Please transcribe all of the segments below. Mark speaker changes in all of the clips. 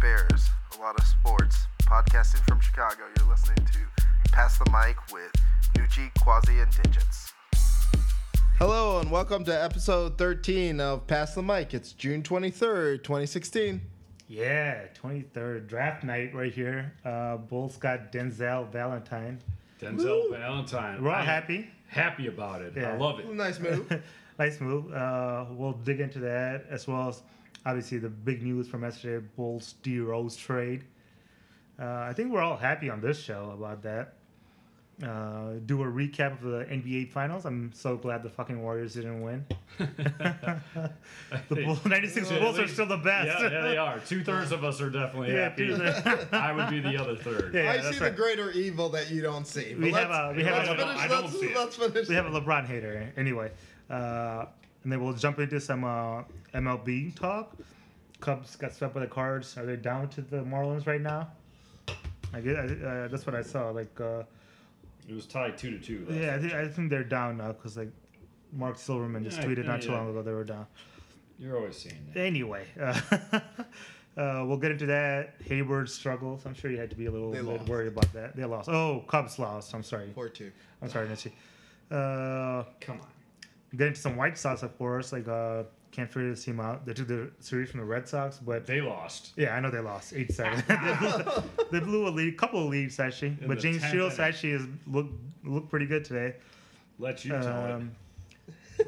Speaker 1: Bears, a lot of sports. Podcasting from Chicago, you're listening to Pass the Mic with Nucci, Quasi, and Digits.
Speaker 2: Hello and welcome to episode 13 of Pass the Mic. It's June 23rd, 2016.
Speaker 3: Yeah, 23rd draft night right here. Uh, Bulls got Denzel Valentine.
Speaker 4: Denzel Valentine.
Speaker 3: We're all
Speaker 4: I-
Speaker 3: happy.
Speaker 4: Happy about it.
Speaker 3: Yeah.
Speaker 4: I love it.
Speaker 2: Nice move.
Speaker 3: nice move. Uh, we'll dig into that as well as obviously the big news from yesterday Bulls D Rose trade. Uh, I think we're all happy on this show about that. Uh, do a recap of the NBA Finals. I'm so glad the fucking Warriors didn't win. The Bulls, 96
Speaker 4: Yeah,
Speaker 3: Bulls
Speaker 4: at
Speaker 3: are
Speaker 4: least-
Speaker 3: still the best.
Speaker 4: Yeah, yeah, they are. Two thirds of us are definitely
Speaker 3: Yeah,
Speaker 4: happy.
Speaker 3: two-thirds.
Speaker 4: I would be the other third.
Speaker 3: Yeah.
Speaker 2: I
Speaker 3: that's
Speaker 2: see
Speaker 3: right.
Speaker 2: the greater evil that you don't see. but
Speaker 3: We
Speaker 2: let's-
Speaker 3: have a- we have
Speaker 2: let's
Speaker 3: a- I don't-
Speaker 2: finish-
Speaker 4: I don't
Speaker 2: let's-
Speaker 4: see it.
Speaker 2: let's finish.
Speaker 3: we have a LeBron hater anyway. Uh, and then we'll jump into some uh, MLB talk. Cubs got swept by the Cards. Are they down to the Marlins right now? I guess uh, that's what I saw. Like, uh,
Speaker 4: It was tied two to two. Last
Speaker 3: yeah, I think, I think they're down now because like Mark Silverman just
Speaker 4: Yeah,
Speaker 3: tweeted not
Speaker 4: yeah,
Speaker 3: too long
Speaker 4: yeah.
Speaker 3: ago they were down.
Speaker 4: You're always saying that.
Speaker 3: Anyway, uh, uh, we'll get into that. Hayward struggles. I'm sure you had to be a little
Speaker 2: They
Speaker 3: bit
Speaker 2: lost.
Speaker 3: worried about that. They lost. Oh, Cubs lost. I'm sorry.
Speaker 2: Four two.
Speaker 3: I'm sorry, Nancy. Uh,
Speaker 4: Come on.
Speaker 3: get into some White Sox, of course. Like, uh, can't figure this team out. They took the series from the Red Sox, but
Speaker 4: They lost.
Speaker 3: yeah, I know they lost eight seven. they, blew, they blew a lead, couple of leads actually.
Speaker 4: In
Speaker 3: but
Speaker 4: the
Speaker 3: James
Speaker 4: tenth
Speaker 3: Shields
Speaker 4: inning.
Speaker 3: actually is look look pretty good today.
Speaker 4: Let you tell it.
Speaker 3: Um,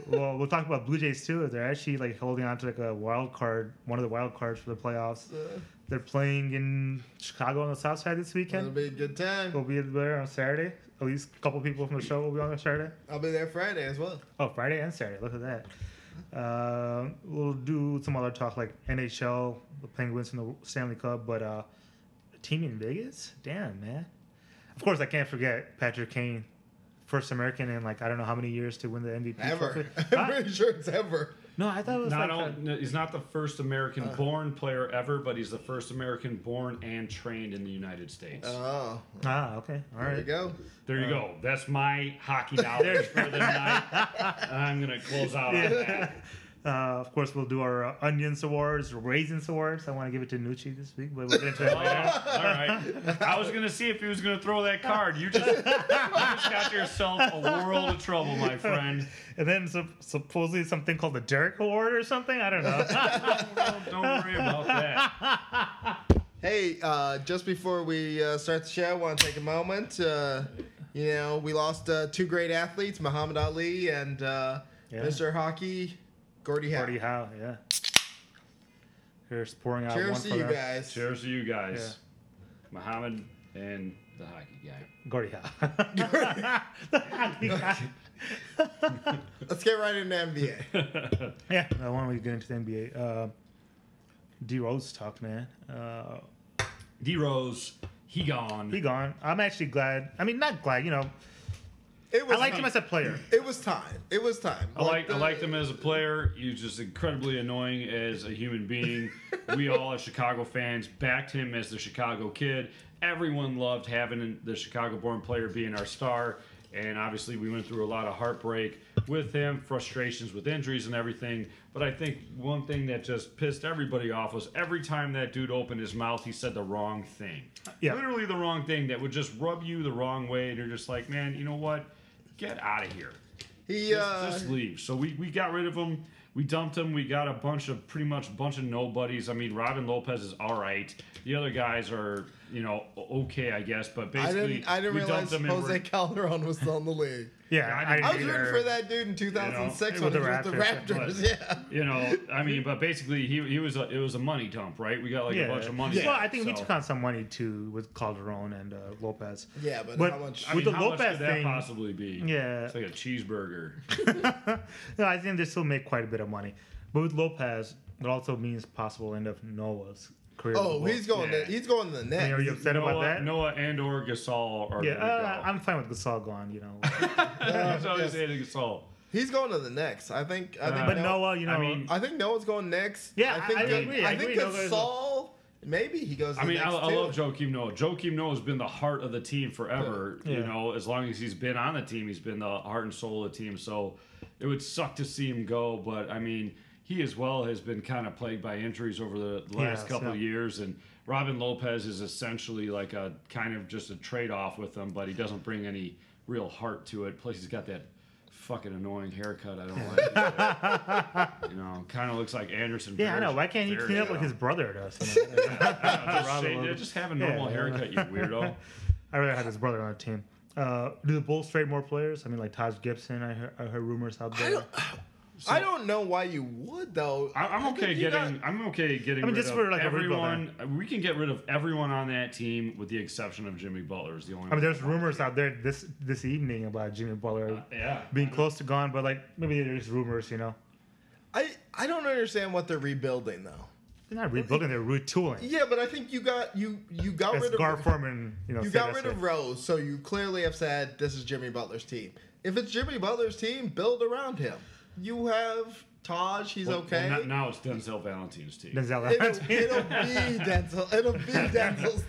Speaker 3: well, we'll talk about Blue Jays too. They're actually like holding on to like a wild card, one of the wild cards for the playoffs. They're playing in Chicago on the South Side this
Speaker 2: It'll
Speaker 3: weekend.
Speaker 2: be a good time.
Speaker 3: We'll be there on Saturday. At least a couple people from the show will be on on Saturday.
Speaker 2: I'll be there Friday as well.
Speaker 3: Oh, Friday and Saturday. Look at that. Uh, we'll do some other talk like NHL, the Penguins, and the Stanley Cup. But uh, a team in Vegas, damn man. Of course, I can't forget Patrick Kane, first American in like I don't know how many years to win the MVP.
Speaker 2: Ever.
Speaker 3: trophy.
Speaker 2: I'm
Speaker 3: Huh?
Speaker 2: pretty sure it's ever.
Speaker 3: no, I thought it was
Speaker 4: Not
Speaker 3: like,
Speaker 4: on, no, he's not the first
Speaker 3: Uh.
Speaker 4: American-born player ever, but he's the first American-born and trained in the United States.
Speaker 2: Oh,
Speaker 3: ah okay, all
Speaker 2: there you
Speaker 3: right.
Speaker 2: go.
Speaker 4: there
Speaker 3: uh.
Speaker 4: you go. That's my hockey knowledge for the night. I'm gonna close out on that.
Speaker 3: Uh, of course, we'll do our uh, onions awards, raisins awards. I want to give it to Nucci this week, but we'll get into that
Speaker 4: Oh,
Speaker 3: later.
Speaker 4: all right. I was gonna see if he was gonna throw that card. You just, you just got yourself a world of trouble, my friend.
Speaker 3: And then sup- supposedly something called the Derek Award or something. I don't know.
Speaker 4: Don't, don't worry about that.
Speaker 2: Hey, uh, just before we uh, start the show, I want to take a moment. Uh, you know, we lost uh, two great athletes, Muhammad Ali and uh,
Speaker 3: Yeah.
Speaker 2: Mr. Hockey, Gordie Howe.
Speaker 3: Gordie Howe, yeah. Here's pouring out one
Speaker 2: Cheers
Speaker 3: for
Speaker 2: to you
Speaker 3: them.
Speaker 2: guys.
Speaker 4: Cheers to you guys, Muhammad and the hockey guy.
Speaker 3: Gordie Howe. The hockey guy.
Speaker 2: Let's get right into NBA.
Speaker 3: yeah, I want to get into the NBA. Uh, D Rose talk, man. Uh,
Speaker 4: D Rose, he gone.
Speaker 3: he gone. I'm actually glad. I mean, not glad. You know,
Speaker 2: It was
Speaker 3: I liked him as a player.
Speaker 2: It was time. It was time.
Speaker 4: I like I
Speaker 2: the-
Speaker 4: liked him as a player. He was just incredibly annoying as a human being. we all as Chicago fans backed him as the Chicago kid. Everyone loved having the Chicago-born player being our star. And obviously, we went through a lot of heartbreak with him, frustrations with injuries and everything. But I think one thing that just pissed everybody off was every time that dude opened his mouth, he said the wrong thing.
Speaker 3: Yeah.
Speaker 4: Literally the wrong thing that would just rub you the wrong way. And you're just like, man, you know what? Get out of here
Speaker 2: He
Speaker 4: just,
Speaker 2: uh,
Speaker 4: just leave. So we, we got rid of him. We dumped him. We got a bunch of pretty much a bunch of nobodies. I mean, Robin Lopez is all right. The other guys are you know o- okay, I guess. But
Speaker 2: I
Speaker 4: basically,
Speaker 2: didn't. I didn't
Speaker 4: we
Speaker 2: realize
Speaker 4: dumped him and
Speaker 2: Jose
Speaker 4: we're,
Speaker 2: Calderon was still in the league.
Speaker 3: Yeah,
Speaker 4: I
Speaker 3: I,
Speaker 4: didn't-
Speaker 2: I was
Speaker 3: didn't
Speaker 2: rooting
Speaker 3: either.
Speaker 2: for that dude in 2006
Speaker 3: with
Speaker 2: when
Speaker 3: the
Speaker 2: he was with the
Speaker 3: Raptors,
Speaker 2: Raptors.
Speaker 3: but-
Speaker 2: Yeah.
Speaker 4: you know, I mean, but basically, he, he was a, it was a money dump, right? We got like
Speaker 3: Yeah.
Speaker 4: a bunch of money.
Speaker 3: Well,
Speaker 4: back,
Speaker 3: I think we
Speaker 4: so-
Speaker 3: took on some money too with Calderon and uh, Lopez.
Speaker 2: Yeah, but how much-
Speaker 4: I
Speaker 3: with
Speaker 4: mean,
Speaker 3: the
Speaker 4: how
Speaker 3: Lopez
Speaker 4: much could that
Speaker 3: thing?
Speaker 4: possibly be?
Speaker 3: Yeah.
Speaker 4: it's like a cheeseburger.
Speaker 3: no, I think they still make quite a bit of money. But with Lopez, it also means possible end of Noah's career. with the
Speaker 2: Oh,
Speaker 3: Bulls.
Speaker 2: he's going.
Speaker 4: Yeah.
Speaker 2: To, he's going to the
Speaker 3: I
Speaker 2: net.
Speaker 3: mean, are you upset about
Speaker 4: Noah,
Speaker 3: that?
Speaker 4: Noah and or Gasol are
Speaker 3: Yeah,
Speaker 4: gonna
Speaker 3: uh,
Speaker 4: go.
Speaker 3: I'm fine with Gasol gone. You know,
Speaker 4: That's what I
Speaker 2: yes.
Speaker 4: was saying to Gasol.
Speaker 2: He's going to the next. I think. I think.
Speaker 3: but
Speaker 2: Noah-
Speaker 3: Noah, you know,
Speaker 4: Uh, I mean,
Speaker 2: I think Noah's going next.
Speaker 3: Yeah,
Speaker 2: I think.
Speaker 3: I- I
Speaker 2: that-
Speaker 3: agree, I
Speaker 2: I think
Speaker 3: agree,
Speaker 2: that
Speaker 3: Noah's-
Speaker 2: Saul. Maybe he goes. To
Speaker 4: I mean,
Speaker 2: the
Speaker 4: I,
Speaker 2: next
Speaker 4: I
Speaker 2: too.
Speaker 4: love Joakim Noah. Joakim Noah has been the heart of the team forever.
Speaker 3: Yeah.
Speaker 4: You know, as long as he's been on the team, he's been the heart and soul of the team. So it would suck to see him go, but I mean, he as well has been kind of plagued by injuries over the last
Speaker 3: Yes,
Speaker 4: couple
Speaker 3: yeah.
Speaker 4: of years. And Robin Lopez is essentially like a kind of just a trade off with him, but he doesn't bring any real heart to it. Plus, he's got that fucking annoying haircut. I don't like. either. you know, kind of looks like Anderson.
Speaker 3: Yeah, I
Speaker 4: Varejao-
Speaker 3: know. Why can't you clean up like
Speaker 4: Varejao.
Speaker 3: his brother does? You know?
Speaker 4: just,
Speaker 3: Robin
Speaker 4: shave-
Speaker 3: Lopez.
Speaker 4: just have a normal
Speaker 3: Yeah.
Speaker 4: haircut, you weirdo.
Speaker 3: I rather have his brother on the team. Uh, do the Bulls trade more players? I mean, like Taj Gibson. I heard, I heard rumors out there. I,
Speaker 2: don't- I don't know why you would though.
Speaker 4: I- I'm okay
Speaker 2: You got-
Speaker 4: getting. I'm okay getting.
Speaker 3: I mean,
Speaker 4: rid
Speaker 3: just
Speaker 4: of
Speaker 3: for, like, a rebuild,
Speaker 4: everyone. we can get rid of everyone on that team with the exception of Jimmy Butler. Is the only.
Speaker 3: mean, there's rumors out there this this evening about Jimmy Butler
Speaker 4: yeah.
Speaker 3: being close to gone, but like maybe there's rumors. You know,
Speaker 2: I I don't understand what they're rebuilding though.
Speaker 3: they're not rebuilding; they're retooling.
Speaker 2: Yeah, but I think you got you you got
Speaker 3: As
Speaker 2: rid of
Speaker 3: Gar Forman, you know,
Speaker 2: you
Speaker 3: said
Speaker 2: got
Speaker 3: that's
Speaker 2: rid
Speaker 3: it.
Speaker 2: of Rose, so you clearly have said this is Jimmy Butler's team. If it's Jimmy Butler's team, build around him. You have Taj, he's
Speaker 4: Well,
Speaker 2: okay.
Speaker 4: well, no- now it's Denzel Valentine's team.
Speaker 3: Denzel
Speaker 2: it'll,
Speaker 3: Valentine.
Speaker 2: it'll be Denzel. It'll be Denzel's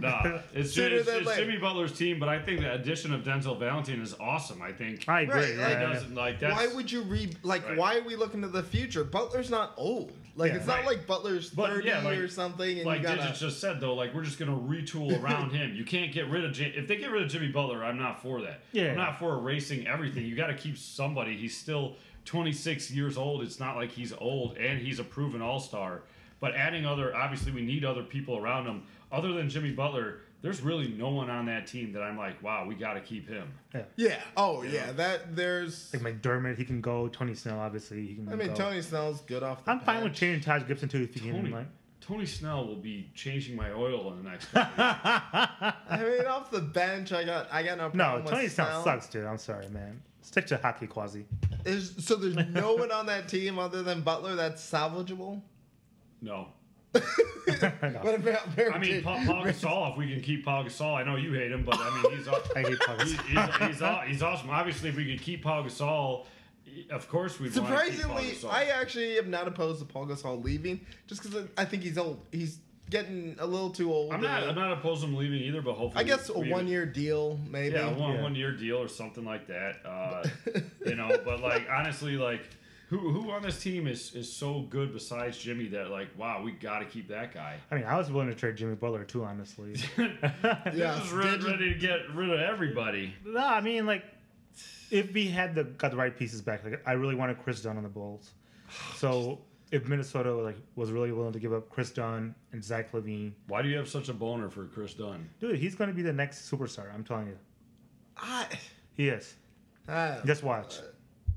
Speaker 4: Nah, it's,
Speaker 2: Sooner
Speaker 4: it's,
Speaker 2: than
Speaker 4: it's
Speaker 2: later.
Speaker 4: Jimmy Butler's team, but I think the addition of Denzel Valentine is awesome. I think
Speaker 3: I agree.
Speaker 2: Right,
Speaker 3: yeah,
Speaker 2: like,
Speaker 4: it
Speaker 3: yeah, yeah.
Speaker 4: doesn't like that's,
Speaker 2: Why would you re like?
Speaker 4: Right.
Speaker 2: Why are we looking to the future? Butler's not old. Like
Speaker 3: Yeah.
Speaker 2: it's not
Speaker 4: Right.
Speaker 2: like Butler's
Speaker 4: But,
Speaker 2: thirty
Speaker 4: yeah, like-
Speaker 2: or something, and
Speaker 4: like
Speaker 2: you gotta.
Speaker 4: Digits just said though, like we're just gonna retool around him. You can't get rid of Jim- if they get rid of Jimmy Butler. I'm not for that.
Speaker 3: Yeah.
Speaker 4: I'm not for erasing everything. You got to keep somebody. He's still 26 years old. It's not like he's old, and he's a proven All Star. But adding other, obviously, we need other people around him. Other than Jimmy Butler, there's really no one on that team that I'm like, wow, we got to keep him.
Speaker 2: yeah. Oh yeah. That there's.
Speaker 3: Like McDermott, he can go. Tony Snell, obviously, he can.
Speaker 2: I mean,
Speaker 3: go.
Speaker 2: Tony Snell's good off. The
Speaker 3: I'm fine with
Speaker 2: bench.
Speaker 3: changing Taj Gibson too if you
Speaker 4: Tony,
Speaker 3: can. Like,
Speaker 4: Tony Snell will be changing my oil in the next. couple of
Speaker 2: I mean, off the bench, I got I got no
Speaker 3: no,
Speaker 2: problem. with
Speaker 3: Tony Snell
Speaker 2: Snell.
Speaker 3: sucks, dude. I'm sorry, man. Stick to hockey, Quasi.
Speaker 2: There's, so there's no one on that team other than Butler that's salvageable.
Speaker 4: no.
Speaker 2: What about Barrett?
Speaker 4: I mean, Paul, Paul Gasol. If we can keep Paul Gasol, I know you hate him, but I mean, he's aw-
Speaker 3: I hate Paul Gasol.
Speaker 4: He's, he's, he's, aw- he's awesome. Obviously, if we could keep Paul Gasol, of course we'd want
Speaker 2: Surprisingly,
Speaker 4: to keep Paul Gasol.
Speaker 2: I uh, actually am not opposed to Paul Gasol leaving, just because I think he's old. He's getting a little too old.
Speaker 4: I'm not.
Speaker 2: Uh,
Speaker 4: I'm not opposed to him leaving either, but hopefully,
Speaker 2: I guess a
Speaker 4: we-
Speaker 2: one-year deal, maybe.
Speaker 4: yeah, one
Speaker 3: Yeah.
Speaker 4: one year deal or something like that. Uh, you know, but like honestly, like who who on this team is is so good besides Jimmy that like wow, we got to keep that guy.
Speaker 3: I mean, I was willing to trade Jimmy Butler too, honestly.
Speaker 2: Yeah,
Speaker 4: Just re-
Speaker 2: did you-
Speaker 4: ready to get rid of everybody.
Speaker 3: No, I mean like if we had the got the right pieces back, like I really wanted Chris Dunn on the Bulls. So if Minnesota like was really willing to give up Chris Dunn and Zach Levine,
Speaker 4: Why do you have such a boner for Chris Dunn?
Speaker 3: dude, he's gonna be the next superstar. I'm telling you,
Speaker 2: I-
Speaker 3: he is.
Speaker 2: I-
Speaker 3: Just watch.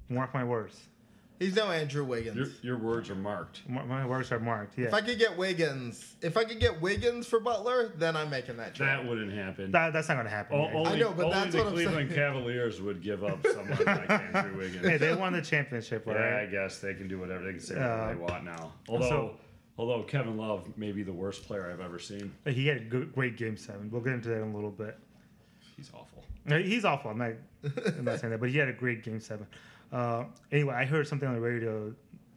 Speaker 3: Mark my words.
Speaker 2: he's no Andrew Wiggins.
Speaker 4: Your your words are marked.
Speaker 3: Mark my words are marked.
Speaker 2: if I
Speaker 3: Yeah,
Speaker 2: could get Wiggins, if I could get Wiggins for Butler, then I'm making that trade.
Speaker 4: That wouldn't happen.
Speaker 3: that, that's not gonna happen.
Speaker 4: O-
Speaker 3: right?
Speaker 4: only,
Speaker 2: know, but
Speaker 4: only
Speaker 2: that's
Speaker 4: the
Speaker 2: what I'm
Speaker 4: Cleveland
Speaker 2: saying.
Speaker 4: Cavaliers would give up someone like
Speaker 3: Hey,
Speaker 4: Andrew Wiggins.
Speaker 3: they won the championship, all
Speaker 4: Yeah, I
Speaker 3: right?
Speaker 4: guess they can do whatever they can say whatever
Speaker 3: Uh,
Speaker 4: they want now. Although,
Speaker 3: so-
Speaker 4: although Kevin Love may be the worst player I've ever seen.
Speaker 3: He had a good, great game seven. We'll get into that in a little bit.
Speaker 4: He's awful.
Speaker 3: No, He's awful. I'm not, I'm not saying that, but he had a great game seven. Uh, anyway, I heard something on the radio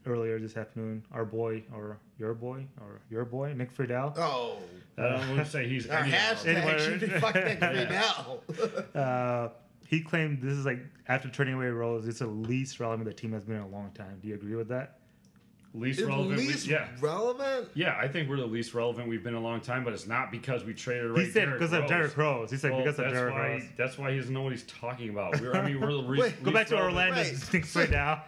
Speaker 3: earlier this afternoon. Our boy, or your boy, or your boy, Nick Friedel.
Speaker 2: oh,
Speaker 3: Uh,
Speaker 4: I wouldn't say he's.
Speaker 2: our
Speaker 4: any of them.
Speaker 2: hashtag should be
Speaker 3: Anywhere.
Speaker 2: fuck Nick Friedel.
Speaker 3: Uh, he claimed this is like after turning away Rose, it's the least relevant the team has been in a long time. Do you agree with that?
Speaker 4: least
Speaker 2: At
Speaker 4: relevant. we-
Speaker 2: least
Speaker 4: yeah.
Speaker 2: relevant.
Speaker 4: Yeah, I think we're the least relevant we've been in a long time, but it's not because we traded. away
Speaker 3: he said
Speaker 4: Derrick
Speaker 3: because of
Speaker 4: Rose.
Speaker 3: Derrick Rose. He said
Speaker 4: Well,
Speaker 3: because of
Speaker 4: that's
Speaker 3: Derrick
Speaker 4: why.
Speaker 3: Rose.
Speaker 4: That's why he doesn't know what he's talking about. We're, I mean, we're the re-
Speaker 2: Wait,
Speaker 3: Go back to
Speaker 4: relevant.
Speaker 3: Orlando,
Speaker 2: Wait.
Speaker 3: Nick Friedel.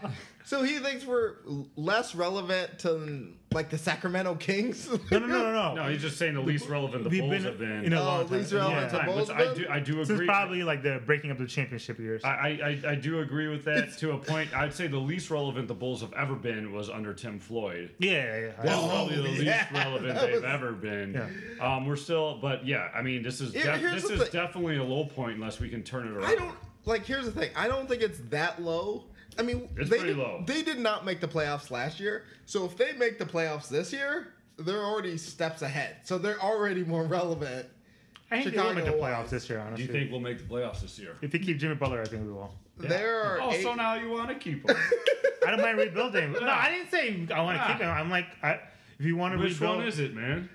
Speaker 2: So he thinks we're less relevant to like the Sacramento Kings.
Speaker 3: No, no, no, no,
Speaker 4: No, he's just saying the least relevant the
Speaker 3: We've
Speaker 4: Bulls
Speaker 3: been
Speaker 4: have been.
Speaker 3: in a
Speaker 2: Oh,
Speaker 3: long time.
Speaker 2: least relevant
Speaker 3: yeah.
Speaker 2: to
Speaker 4: time, which I do. I do
Speaker 3: Since
Speaker 4: agree.
Speaker 3: probably like the breaking up the championship years.
Speaker 4: I, I, I do agree with that to a point. I'd say the least relevant the Bulls have ever been was under Tim Floyd.
Speaker 3: yeah, yeah, yeah.
Speaker 4: That's
Speaker 2: Oh,
Speaker 4: probably the
Speaker 2: yeah,
Speaker 4: least relevant
Speaker 2: that
Speaker 4: they've
Speaker 2: was-
Speaker 4: ever been.
Speaker 3: Yeah.
Speaker 4: Um, we're still, but yeah, I mean, this is
Speaker 2: Here-
Speaker 4: def-
Speaker 2: here's
Speaker 4: this
Speaker 2: the
Speaker 4: is
Speaker 2: thing.
Speaker 4: definitely a low point unless we can turn it around.
Speaker 2: I don't like. Here's the thing. I don't think it's that low. I mean,
Speaker 4: It's
Speaker 2: they
Speaker 4: pretty
Speaker 2: did,
Speaker 4: low.
Speaker 2: They did not make the playoffs last year. So if they make the playoffs this year, they're already steps ahead. So they're already more relevant.
Speaker 3: I think Chicago will make the
Speaker 2: Chicago-wise.
Speaker 3: playoffs this year,
Speaker 4: Do
Speaker 3: honestly.
Speaker 4: you think we'll make the playoffs this year?
Speaker 3: if you keep Jimmy Butler, I think we will.
Speaker 2: There are
Speaker 4: Oh,
Speaker 2: eight-
Speaker 4: so now you want to keep him?
Speaker 3: I don't mind rebuilding. No, I didn't say I want to
Speaker 4: Yeah.
Speaker 3: keep him. I'm like, I, if you want to
Speaker 4: Which
Speaker 3: rebuild,
Speaker 4: one is it, man?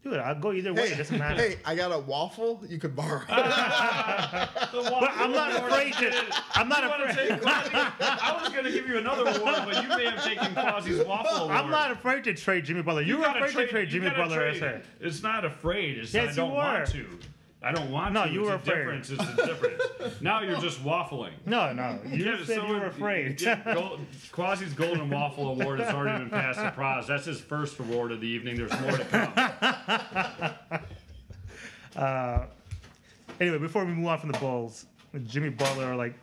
Speaker 3: Dude, Dude, I'll go either way. It doesn't matter.
Speaker 2: hey, I got a waffle you could borrow.
Speaker 3: But I'm not afraid to. I'm not
Speaker 4: You wanna
Speaker 3: afraid.
Speaker 4: take Quasi? I was gonna give you another award, but you may have taken Quasi's waffle award.
Speaker 3: I'm not afraid to trade Jimmy Butler. You, were
Speaker 4: gotta
Speaker 3: afraid to trade
Speaker 4: you
Speaker 3: Jimmy
Speaker 4: gotta
Speaker 3: Butler as
Speaker 4: trade.
Speaker 3: a.
Speaker 4: It's not afraid. It's
Speaker 3: Yes,
Speaker 4: I
Speaker 3: you
Speaker 4: don't
Speaker 3: were.
Speaker 4: want to. I don't want
Speaker 3: No,
Speaker 4: to.
Speaker 3: you
Speaker 4: it's
Speaker 3: were
Speaker 4: a
Speaker 3: afraid.
Speaker 4: difference. It's a difference. now you're just waffling.
Speaker 3: No, no. You
Speaker 4: Yeah,
Speaker 3: said
Speaker 4: someone-
Speaker 3: you were afraid.
Speaker 4: yeah, Gold, Quasi's Golden Waffle Award has already been passed to Praz. That's his first award of the evening. There's more to come.
Speaker 3: anyway, before we move on from the Bulls, Jimmy Butler, like,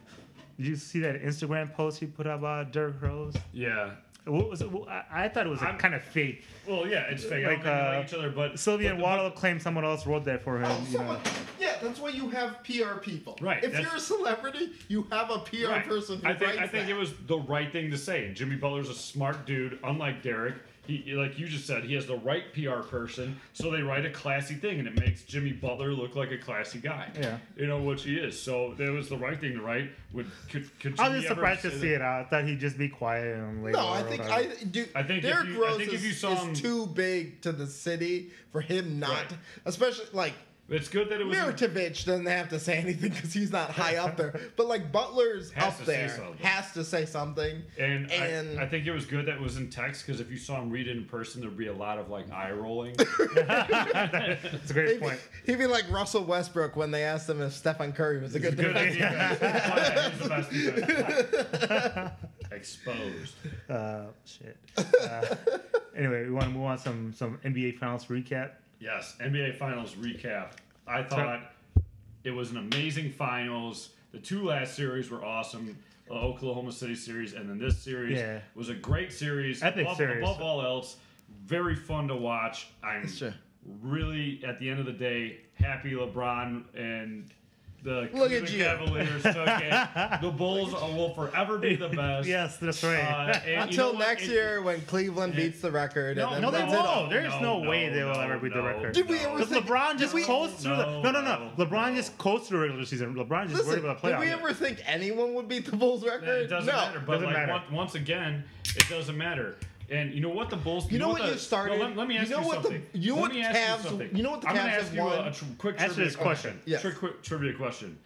Speaker 3: did you see that Instagram post he put up about Derrick Rose?
Speaker 4: Yeah.
Speaker 3: What was it? Well, I, I thought it was
Speaker 4: I'm-
Speaker 3: kind of fake.
Speaker 4: Well, yeah, it's
Speaker 3: Like,
Speaker 4: fake. I don't think they
Speaker 3: uh,
Speaker 4: like each other, but
Speaker 3: Sylvia
Speaker 4: but-
Speaker 3: and Waddle claim someone else wrote that for him. you know.
Speaker 2: Someone- yeah, that's why you have PR people.
Speaker 4: Right,
Speaker 2: If
Speaker 4: that's-
Speaker 2: you're a celebrity, you have a PR
Speaker 4: Right.
Speaker 2: person who
Speaker 4: I think
Speaker 2: writes
Speaker 4: I think
Speaker 2: that.
Speaker 4: it was the right thing to say. Jimmy Butler's a smart dude, unlike Derek. He, like you just said, he has the right PR person, so they write a classy thing, and it makes Jimmy Butler look like a classy guy.
Speaker 3: Yeah.
Speaker 4: you know which he is. So that was the right thing to write. Would could, could
Speaker 3: I
Speaker 4: Jimmy
Speaker 3: was just
Speaker 4: ever
Speaker 3: surprised to
Speaker 4: say
Speaker 3: see
Speaker 4: that?
Speaker 3: it out. I thought he'd just be quiet and later.
Speaker 2: No, I think I do.
Speaker 4: I think if
Speaker 2: Derrick
Speaker 4: you- I
Speaker 2: Rose
Speaker 4: think
Speaker 2: is,
Speaker 4: if you saw
Speaker 2: is
Speaker 4: him-
Speaker 2: too big to the city for him not,
Speaker 4: Right.
Speaker 2: especially like
Speaker 4: It's good that it was.
Speaker 2: Miritovich doesn't have to say anything because he's not high up there. But like Butler's
Speaker 4: Has
Speaker 2: up
Speaker 4: to say
Speaker 2: there,
Speaker 4: something.
Speaker 2: has to say something.
Speaker 4: And, I-
Speaker 2: And-
Speaker 4: I, think it was good that it was in text because if you saw him read it in person, there'd be a lot of like eye rolling.
Speaker 3: It's a great
Speaker 2: He'd be,
Speaker 3: point.
Speaker 2: he'd be like Russell Westbrook when they asked him if Stephen Curry was a good
Speaker 4: Good
Speaker 2: defender.
Speaker 4: idea. Why? He's the best defender. Exposed.
Speaker 3: Uh, shit. Uh, anyway, we want to move on some some NBA Finals recap.
Speaker 4: Yes, NBA Finals recap. I thought it was an amazing finals. The two last series were awesome. The Oklahoma City series and then this series
Speaker 3: Yeah.
Speaker 4: was a great series.
Speaker 3: Epic
Speaker 4: above,
Speaker 3: series.
Speaker 4: Above all else, very fun to watch. I'm
Speaker 2: Sure.
Speaker 4: really, at the end of the day, happy LeBron and the
Speaker 2: Look at
Speaker 4: Cleveland
Speaker 2: you.
Speaker 4: Cavaliers took it. The Bulls will forever be the best.
Speaker 3: Yes, that's right.
Speaker 4: Uh, and you know
Speaker 2: Until
Speaker 4: what?
Speaker 2: next
Speaker 4: It-
Speaker 2: year when Cleveland beats the record.
Speaker 4: No,
Speaker 2: and then
Speaker 3: no, they
Speaker 2: wins it all.
Speaker 3: won't. There's no way they will ever beat the record.
Speaker 2: Did we ever
Speaker 3: Because
Speaker 2: think-
Speaker 3: LeBron
Speaker 2: did
Speaker 3: just
Speaker 2: we-
Speaker 3: coasts through
Speaker 4: No,
Speaker 3: the no no no.
Speaker 4: no,
Speaker 3: LeBron
Speaker 4: no.
Speaker 3: just coasts through the regular season. LeBron just worried
Speaker 2: Listen,
Speaker 3: about the
Speaker 2: did
Speaker 3: playoffs.
Speaker 2: we ever think anyone would beat the Bulls record?
Speaker 4: Yeah, it doesn't
Speaker 2: no.
Speaker 4: matter. But
Speaker 3: Doesn't
Speaker 4: like
Speaker 3: matter.
Speaker 4: Once, once again, it doesn't matter. And you know what the Bulls?
Speaker 2: You know what
Speaker 4: the-
Speaker 2: you started-
Speaker 4: no, let, let me
Speaker 2: you
Speaker 4: ask you,
Speaker 2: know what the-
Speaker 4: something.
Speaker 2: you know
Speaker 4: Let
Speaker 2: what
Speaker 4: me ask
Speaker 2: Cavs-
Speaker 4: something.
Speaker 2: you know what the
Speaker 4: I'm gonna
Speaker 2: Cavs
Speaker 4: ask
Speaker 2: have
Speaker 4: you
Speaker 2: won?
Speaker 4: A, a tr- quick
Speaker 3: Answer
Speaker 4: trivia
Speaker 3: this question.
Speaker 2: Yes.
Speaker 4: Tri- quick trivia question.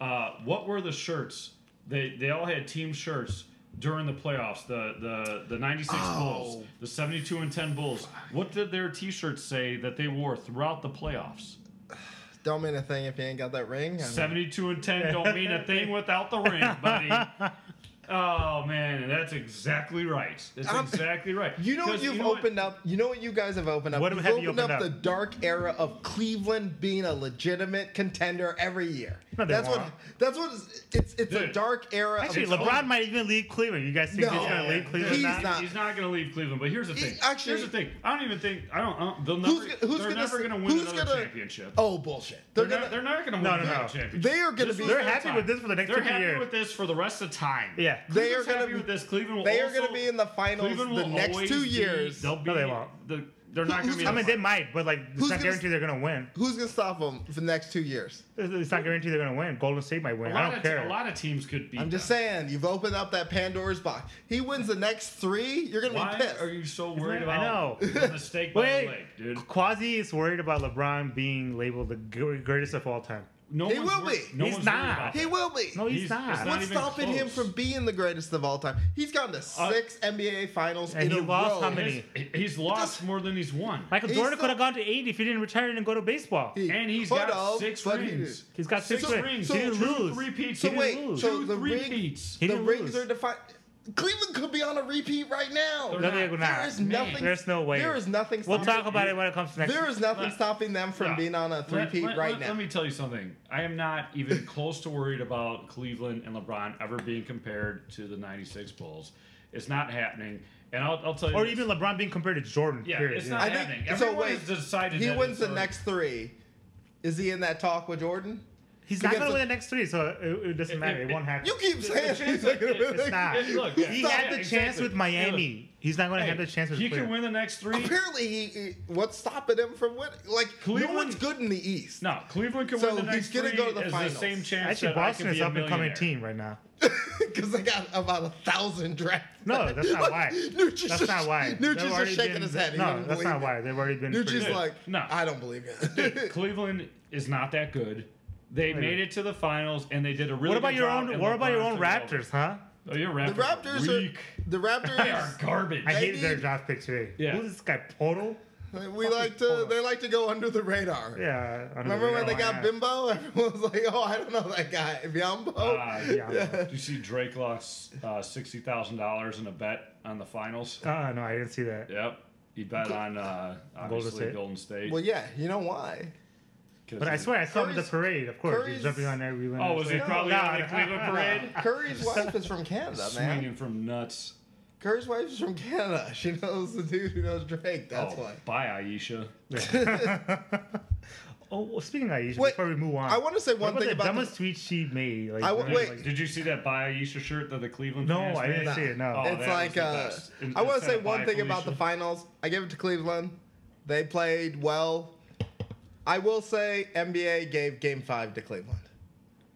Speaker 4: Uh, what were the shirts? They they all had team shirts during the playoffs. The the the '96 Bulls,
Speaker 2: Oh.
Speaker 4: the '72 and '10 Bulls. What did their T-shirts say that they wore throughout the playoffs?
Speaker 2: Don't mean a thing if you ain't got that ring. I mean-
Speaker 4: 72 and 10 don't mean a thing without the ring, buddy. Oh man, and that's exactly right. That's
Speaker 2: I'm-
Speaker 4: exactly right.
Speaker 2: You know what
Speaker 4: 'Cause
Speaker 2: you've
Speaker 4: know what?
Speaker 2: opened up. You know what you guys have opened up.
Speaker 3: What
Speaker 2: You've
Speaker 3: have you
Speaker 2: opened up,
Speaker 3: opened
Speaker 2: the
Speaker 3: up?
Speaker 2: dark era of Cleveland being a legitimate contender every year.
Speaker 3: No, they
Speaker 2: that's what.
Speaker 3: won't.
Speaker 2: That's what. It's it's, it's a
Speaker 4: Dude.
Speaker 2: dark era.
Speaker 3: Actually,
Speaker 2: of,
Speaker 3: LeBron might even leave Cleveland. You guys think
Speaker 2: No.
Speaker 3: he's gonna leave
Speaker 2: Yeah,
Speaker 3: Cleveland?
Speaker 2: he's
Speaker 3: or
Speaker 2: not.
Speaker 4: He's not going to leave Cleveland, but here's the thing.
Speaker 2: actually-
Speaker 4: here's the thing. I don't even think I don't. I don't they'll never.
Speaker 2: Who's go- who's
Speaker 4: they're
Speaker 2: gonna
Speaker 4: never
Speaker 2: s-
Speaker 4: going to win
Speaker 2: who's
Speaker 4: another
Speaker 2: gonna-
Speaker 4: championship.
Speaker 2: Oh bullshit! They're,
Speaker 4: they're,
Speaker 2: gonna.
Speaker 4: not. They're not going to win
Speaker 3: No, no,
Speaker 4: another
Speaker 3: no.
Speaker 4: championship.
Speaker 2: They are gonna
Speaker 4: This
Speaker 2: be-
Speaker 4: was
Speaker 2: They're
Speaker 4: their
Speaker 3: happy
Speaker 4: time.
Speaker 3: with this for the next
Speaker 4: They're
Speaker 3: 50
Speaker 4: happy
Speaker 3: years.
Speaker 4: with this for the rest of time.
Speaker 3: Yeah.
Speaker 2: They are
Speaker 4: Cleveland's
Speaker 2: gonna
Speaker 4: happy
Speaker 2: be-
Speaker 4: with this. Cleveland. Will
Speaker 2: they are
Speaker 4: also,
Speaker 2: gonna be in the finals
Speaker 4: Cleveland
Speaker 2: the
Speaker 4: will
Speaker 2: next
Speaker 4: always
Speaker 2: two
Speaker 4: be-
Speaker 2: years.
Speaker 4: they'll be.
Speaker 3: No, they won't.
Speaker 4: The, they're not going
Speaker 2: Who-
Speaker 4: to be.
Speaker 2: who's-
Speaker 4: in
Speaker 3: I
Speaker 4: the
Speaker 3: mean, they might, but like, it's
Speaker 2: Who's
Speaker 3: not
Speaker 2: gonna-
Speaker 3: guaranteed they're gonna win.
Speaker 2: Who's gonna stop them for the next two years?
Speaker 3: It's- It's not guaranteed they're gonna win. Golden State might win.
Speaker 4: A
Speaker 3: I
Speaker 4: lot
Speaker 3: don't
Speaker 4: of-
Speaker 3: care.
Speaker 4: A lot of teams could be.
Speaker 2: I'm just saying, you've opened up that Pandora's box. He wins the next three, you're gonna
Speaker 4: Why
Speaker 2: be pissed.
Speaker 4: are you so worried
Speaker 3: I
Speaker 4: about
Speaker 3: know.
Speaker 4: the mistake by the
Speaker 3: Wait,
Speaker 4: lake, dude?
Speaker 3: Quasi is worried about LeBron being labeled the gr- greatest of all time.
Speaker 4: No
Speaker 2: He
Speaker 4: one's
Speaker 2: will
Speaker 4: worried-
Speaker 2: be.
Speaker 4: No
Speaker 3: He's
Speaker 4: one's worried
Speaker 3: not.
Speaker 4: about
Speaker 2: he
Speaker 4: that.
Speaker 2: will be.
Speaker 3: No, he's,
Speaker 4: He's-
Speaker 3: not.
Speaker 4: it's not
Speaker 2: What's
Speaker 4: even
Speaker 2: stopping him
Speaker 4: close.
Speaker 2: from being the greatest of all time? He's gone to six NBA Finals
Speaker 3: and
Speaker 2: in
Speaker 3: he
Speaker 2: a
Speaker 3: lost
Speaker 2: row.
Speaker 3: how many?
Speaker 4: He's, he's lost
Speaker 2: Just-
Speaker 4: more than he's won,
Speaker 3: Michael
Speaker 2: He's
Speaker 3: Jordan
Speaker 2: still-
Speaker 3: could have gone to eight if he didn't retire and go to baseball.
Speaker 2: He
Speaker 4: and he's
Speaker 2: could
Speaker 4: got
Speaker 2: have,
Speaker 4: six
Speaker 2: but he
Speaker 4: rings.
Speaker 2: didn't.
Speaker 3: He's got six
Speaker 4: Six
Speaker 3: rings.
Speaker 4: rings.
Speaker 3: he didn't
Speaker 4: two
Speaker 3: lose.
Speaker 4: repeats.
Speaker 2: So
Speaker 4: he
Speaker 2: wait,
Speaker 4: didn't lose.
Speaker 2: so
Speaker 4: two
Speaker 2: the
Speaker 4: three
Speaker 2: ring-
Speaker 4: peats.
Speaker 3: He
Speaker 2: the
Speaker 3: didn't
Speaker 2: rings
Speaker 3: lose.
Speaker 2: are defined. Cleveland could be on a repeat right now.
Speaker 4: They're
Speaker 3: No, they're
Speaker 4: not.
Speaker 3: not.
Speaker 2: There is nothing.
Speaker 3: There's no way.
Speaker 2: There is nothing.
Speaker 3: We'll
Speaker 2: Stopping,
Speaker 3: talk about it when it comes to next.
Speaker 2: There is nothing
Speaker 4: Let-
Speaker 2: stopping them from
Speaker 4: Yeah.
Speaker 2: being on a
Speaker 4: Let-
Speaker 2: three-peat
Speaker 4: let-
Speaker 2: right
Speaker 4: let-
Speaker 2: now.
Speaker 4: Let me tell you something. I am not even close to worried about Cleveland and LeBron ever being compared to the '96 Bulls. It's not happening, and I'll, I'll tell you.
Speaker 3: or
Speaker 4: this.
Speaker 3: even LeBron being compared to Jordan.
Speaker 4: Yeah,
Speaker 3: period.
Speaker 4: it's not
Speaker 2: I think
Speaker 4: happening.
Speaker 2: so.
Speaker 4: Everyone
Speaker 2: Wait,
Speaker 4: has decided
Speaker 2: he
Speaker 4: that
Speaker 2: wins
Speaker 4: it's
Speaker 2: the
Speaker 4: already-
Speaker 2: next three. Is he in that talk with Jordan?
Speaker 3: He's not going
Speaker 2: Because
Speaker 3: to win the next three, so it, it doesn't matter. It,
Speaker 4: it-
Speaker 3: won't happen.
Speaker 2: You keep saying he's not gonna win.
Speaker 3: it's not.
Speaker 4: It- look,
Speaker 3: he
Speaker 4: yeah,
Speaker 3: had the
Speaker 4: yeah,
Speaker 3: chance
Speaker 4: exactly.
Speaker 3: with
Speaker 4: Hey,
Speaker 3: Miami. He's not going to
Speaker 4: Hey,
Speaker 3: have the chance with.
Speaker 4: he
Speaker 3: Cleveland.
Speaker 4: can win the next three.
Speaker 2: Apparently, he, he what's stopping him from winning? Like no
Speaker 4: Cleveland-
Speaker 2: one's good in the East.
Speaker 4: No, Cleveland can
Speaker 2: So
Speaker 4: win the
Speaker 2: he's
Speaker 4: next
Speaker 2: gonna
Speaker 4: three.
Speaker 2: go to the
Speaker 4: is
Speaker 2: finals.
Speaker 4: the same chance.
Speaker 3: Actually,
Speaker 4: that I
Speaker 3: Boston
Speaker 4: can be
Speaker 3: is
Speaker 4: a
Speaker 3: up and coming
Speaker 4: millionaire.
Speaker 3: team right now.
Speaker 2: Because they got about a thousand draft.
Speaker 3: No,
Speaker 2: picks.
Speaker 3: that's not
Speaker 2: Like,
Speaker 3: why.
Speaker 2: Nucci's
Speaker 3: That's
Speaker 2: just-
Speaker 3: not why. They've
Speaker 2: Nucci's
Speaker 3: already
Speaker 2: just shaking
Speaker 3: been-
Speaker 2: his head. He
Speaker 3: No,
Speaker 2: doesn't
Speaker 3: that's
Speaker 2: believe
Speaker 3: not
Speaker 2: it.
Speaker 3: why. They've already been. pretty
Speaker 2: Nucci's
Speaker 3: good.
Speaker 2: like,
Speaker 4: No.
Speaker 2: I don't believe it.
Speaker 4: Cleveland is not that good. They
Speaker 3: Wait a
Speaker 4: made it to the finals and they did a really.
Speaker 3: what about
Speaker 4: good
Speaker 3: your
Speaker 4: job,
Speaker 3: own?
Speaker 4: and
Speaker 3: What about your
Speaker 4: LeBron
Speaker 3: own
Speaker 4: took it over.
Speaker 3: Raptors, huh?
Speaker 4: Oh, your
Speaker 2: the
Speaker 4: Raptors.
Speaker 2: Raptors
Speaker 4: are
Speaker 2: are
Speaker 4: weak.
Speaker 2: the
Speaker 4: They are
Speaker 2: Raptors.
Speaker 4: garbage.
Speaker 3: I
Speaker 2: They
Speaker 3: hated their
Speaker 2: need-
Speaker 3: draft pick today.
Speaker 4: Yeah.
Speaker 3: Who's this guy? Portal?
Speaker 2: we like to. They like to go under the radar.
Speaker 3: Yeah. I don't
Speaker 2: Remember
Speaker 3: know.
Speaker 2: when they got
Speaker 3: Yeah.
Speaker 2: Bimbo? Everyone was like, "Oh, I don't know that guy, Biombo."
Speaker 4: Ah,
Speaker 3: yeah.
Speaker 4: Do you see Drake lost uh, sixty thousand dollars in a bet on the finals?
Speaker 3: Oh no, I didn't see that.
Speaker 4: Yep. He bet on uh, obviously
Speaker 3: State.
Speaker 4: Golden State.
Speaker 2: Well, yeah, you know why?
Speaker 4: 'cause
Speaker 3: But I
Speaker 4: he-
Speaker 3: swear I saw him in the
Speaker 2: Curry's-
Speaker 3: parade. Of course,
Speaker 2: Curry's-
Speaker 3: he's jumping on everyone.
Speaker 4: Oh, was he
Speaker 3: It's like,
Speaker 4: probably
Speaker 3: no,
Speaker 4: on
Speaker 3: no.
Speaker 4: the Cleveland parade?
Speaker 2: Curry's wife is from Canada, man.
Speaker 4: Swinging from nuts.
Speaker 2: Curry's wife is from Canada. She knows the dude who knows Drake. That's
Speaker 4: oh,
Speaker 2: why.
Speaker 4: Bye, Aisha.
Speaker 3: oh, well, speaking of Aisha,
Speaker 2: Wait,
Speaker 3: before we move on,
Speaker 2: I wanna say
Speaker 3: what
Speaker 2: one
Speaker 3: about
Speaker 2: thing
Speaker 3: the
Speaker 2: about the-
Speaker 3: dumbest tweet she made. Like,
Speaker 2: I w-
Speaker 3: when,
Speaker 2: wait.
Speaker 3: like,
Speaker 4: Did you see that Bye Aisha shirt that the Cleveland
Speaker 3: No,
Speaker 4: fans
Speaker 3: I
Speaker 4: made?
Speaker 3: didn't see it. No.
Speaker 4: Oh,
Speaker 2: it's
Speaker 4: that was
Speaker 2: like
Speaker 4: the
Speaker 2: uh,
Speaker 4: best. In-
Speaker 2: I want to
Speaker 4: instead
Speaker 2: say
Speaker 4: of
Speaker 2: one
Speaker 4: bye,
Speaker 2: thing about the
Speaker 4: Felicia.
Speaker 2: finals. I give it to Cleveland. They played well. I will say NBA gave Game Five to Cleveland.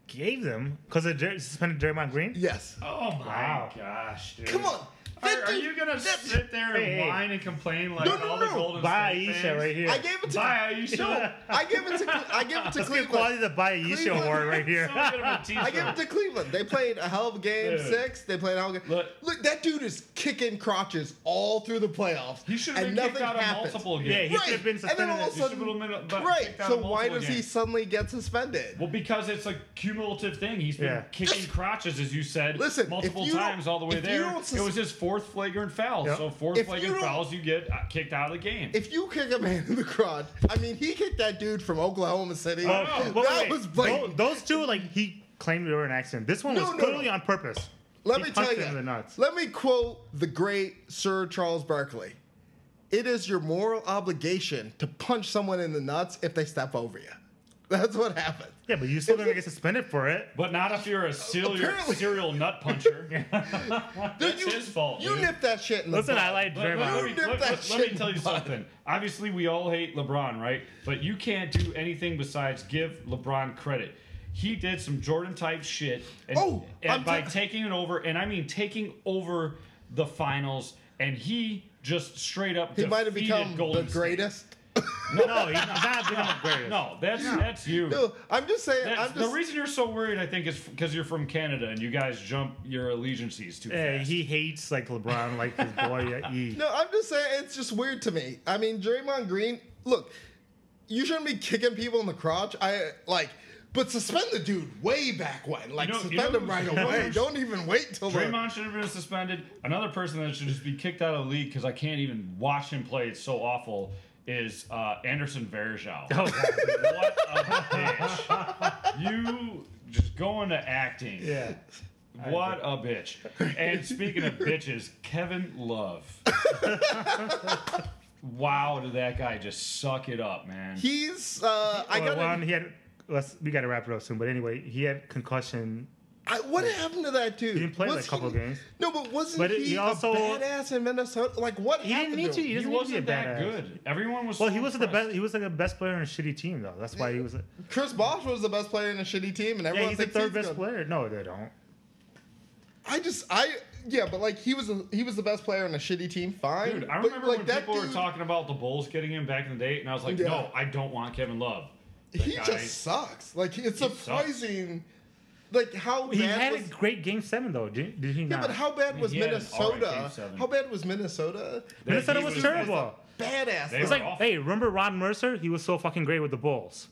Speaker 3: gave them because of Jer- suspended Draymond Green.
Speaker 2: Yes.
Speaker 4: Oh my
Speaker 3: Wow.
Speaker 4: gosh, dude.
Speaker 2: Come on.
Speaker 4: Are,
Speaker 2: That
Speaker 4: are
Speaker 2: dude-
Speaker 4: you gonna
Speaker 2: that-
Speaker 4: sit there and
Speaker 3: Hey, hey.
Speaker 4: whine and complain like
Speaker 2: No, no,
Speaker 4: all the
Speaker 2: no.
Speaker 4: Golden
Speaker 3: Bye,
Speaker 4: State
Speaker 3: Aisha,
Speaker 4: fans?
Speaker 3: right here.
Speaker 2: I gave it to.
Speaker 4: Bye, Aisha.
Speaker 2: No, I give it to. Cle- I give it to
Speaker 3: Let's give
Speaker 2: Cleveland.
Speaker 3: quality the Bye Aisha
Speaker 2: Cleveland-
Speaker 3: award right here.
Speaker 4: Someone get him a
Speaker 2: I
Speaker 4: t-shirt.
Speaker 2: give it to Cleveland. They played a hell of a game
Speaker 4: Dude.
Speaker 2: six. They played a hell of a game.
Speaker 4: Look.
Speaker 2: Look, that dude is kicking crotches all through the playoffs.
Speaker 4: He should have
Speaker 2: and
Speaker 4: been
Speaker 2: nothing
Speaker 4: kicked out
Speaker 2: happens.
Speaker 4: of multiple games.
Speaker 3: Yeah, he should have been
Speaker 2: Right, and then
Speaker 3: suspended.
Speaker 2: all of a
Speaker 4: He should've
Speaker 2: sudden-
Speaker 4: been uh, kicked out of
Speaker 2: Right. So
Speaker 4: multiple
Speaker 2: why does he
Speaker 4: games.
Speaker 2: suddenly get suspended?
Speaker 4: Well, because it's a cumulative thing. He's been
Speaker 3: Yeah.
Speaker 4: kicking crotches, as you said,
Speaker 2: Listen, if
Speaker 4: multiple
Speaker 2: you don't-
Speaker 4: times all the way
Speaker 2: if you
Speaker 4: there.
Speaker 2: don't sus-
Speaker 4: it was his fourth flagrant foul.
Speaker 3: Yep.
Speaker 4: So fourth
Speaker 2: If you
Speaker 4: flagrant
Speaker 2: don't-
Speaker 4: fouls, you get uh, kicked out of the game.
Speaker 2: If you kick a man in the crotch, I mean, he kicked that dude from Oklahoma City.
Speaker 3: Oh,
Speaker 4: no.
Speaker 3: wait, wait,
Speaker 2: that
Speaker 3: wait.
Speaker 2: was
Speaker 3: Tho-
Speaker 2: blatant.
Speaker 3: Those two, like he claimed they were an accident. This one
Speaker 2: No,
Speaker 3: was
Speaker 2: no,
Speaker 3: clearly
Speaker 2: no.
Speaker 3: on purpose.
Speaker 2: Let
Speaker 3: He
Speaker 2: me tell
Speaker 3: punched
Speaker 2: you.
Speaker 3: him in the nuts.
Speaker 2: Let me quote the great Sir Charles Barkley. It is your moral obligation to punch someone in the nuts if they step over you. That's what happened.
Speaker 3: Yeah, but you still gonna get suspended for it.
Speaker 4: but not if you're a serial,
Speaker 2: Oh, Apparently.
Speaker 4: serial nut puncher.
Speaker 2: Dude,
Speaker 4: That's
Speaker 2: you,
Speaker 4: his fault,
Speaker 2: You
Speaker 4: dude.
Speaker 2: nip that shit in the
Speaker 3: Listen,
Speaker 2: bud.
Speaker 3: I like
Speaker 4: Let, let,
Speaker 3: Draymond.
Speaker 4: let me,
Speaker 2: You nip
Speaker 4: let-
Speaker 2: that
Speaker 4: let-
Speaker 2: shit
Speaker 4: let
Speaker 2: in
Speaker 4: me tell you
Speaker 2: the bud.
Speaker 4: something. Obviously, we all hate LeBron, right? But you can't do anything besides give LeBron credit. He did some Jordan type shit, and,
Speaker 2: Oh,
Speaker 4: and
Speaker 2: I'm
Speaker 4: by
Speaker 2: ta-
Speaker 4: taking it over, and I mean taking over the finals, and he just straight up
Speaker 2: He might have
Speaker 4: defeated
Speaker 2: become
Speaker 4: Golden
Speaker 2: the
Speaker 4: State.
Speaker 2: greatest.
Speaker 3: No, he's not become the greatest.
Speaker 4: No, that's that's you.
Speaker 2: No, I'm just saying.
Speaker 4: That's-
Speaker 2: I'm just.
Speaker 4: the reason you're so worried, I think, is because you're from Canada and you guys jump your allegiances too
Speaker 3: Yeah,
Speaker 4: fast.
Speaker 3: he hates like LeBron, like his boy uh, E.
Speaker 2: no, I'm just saying it's just weird to me. I mean, Draymond Green. Look, you shouldn't be kicking people in the crotch. I like, but suspend the dude way back when. Like,
Speaker 4: You know- you
Speaker 2: suspend
Speaker 4: know
Speaker 2: him
Speaker 4: who's-
Speaker 2: right
Speaker 4: you know
Speaker 2: away.
Speaker 4: who's-
Speaker 2: Don't even wait till the-
Speaker 4: Draymond should have been suspended. Another person that should just be kicked out of the league because I can't even watch him play. It's so awful. Is uh, Anderson Varejao?
Speaker 3: Oh, God.
Speaker 4: What a bitch! You just going to acting.
Speaker 3: yeah.
Speaker 4: What a bitch! And speaking of bitches, Kevin Love. wow, did that guy just suck it up, man?
Speaker 2: He's. Uh, I
Speaker 3: Oh, Well,
Speaker 2: got.
Speaker 3: one, he had. Let's, we got to wrap it up soon. But anyway, he had concussion.
Speaker 2: I, what happened to that dude?
Speaker 3: He didn't play
Speaker 2: Was
Speaker 3: like a couple
Speaker 2: he-
Speaker 3: games.
Speaker 2: No, but wasn't
Speaker 3: But
Speaker 2: he,
Speaker 3: he also-
Speaker 2: a badass in Minnesota? Like, what
Speaker 3: He didn't
Speaker 2: happened
Speaker 3: need to.
Speaker 2: him?
Speaker 3: He
Speaker 4: he
Speaker 3: doesn't need to be a
Speaker 4: wasn't that
Speaker 3: badass.
Speaker 4: good. Everyone was.
Speaker 3: Well,
Speaker 4: so
Speaker 3: he wasn't the
Speaker 4: impressed.
Speaker 3: best. He was like the best player on a shitty team, though. That's why he was.
Speaker 2: Chris Bosh was the best player in a shitty team, and everyone
Speaker 3: Yeah, he's the
Speaker 2: thinks
Speaker 3: third best
Speaker 2: good.
Speaker 3: player. No, they don't.
Speaker 2: I just I yeah, but like he was a, he was the best player on a shitty team. Fine,
Speaker 4: Dude, I
Speaker 2: but,
Speaker 4: remember
Speaker 2: like,
Speaker 4: when
Speaker 2: that
Speaker 4: people were
Speaker 2: dude,
Speaker 4: talking about the Bulls getting him back in the day, and I was like,
Speaker 2: Yeah.
Speaker 4: no, I don't want Kevin Love. That
Speaker 2: He
Speaker 4: guy-
Speaker 2: just sucks. Like it's surprising, like how
Speaker 3: He
Speaker 2: bad
Speaker 3: had
Speaker 2: was,
Speaker 3: a great game seven though. Did, did he
Speaker 2: yeah,
Speaker 3: not?
Speaker 2: but how bad
Speaker 4: mean,
Speaker 2: was
Speaker 4: he had an alright
Speaker 2: Minnesota?
Speaker 4: game seven.
Speaker 2: How bad was Minnesota?
Speaker 4: That
Speaker 3: Minnesota
Speaker 4: he
Speaker 3: was
Speaker 4: was-
Speaker 3: terrible.
Speaker 2: Badass.
Speaker 4: They
Speaker 3: It's
Speaker 4: were
Speaker 3: like,
Speaker 4: awful.
Speaker 3: hey, remember Ron Mercer? He was so fucking great with the Bulls.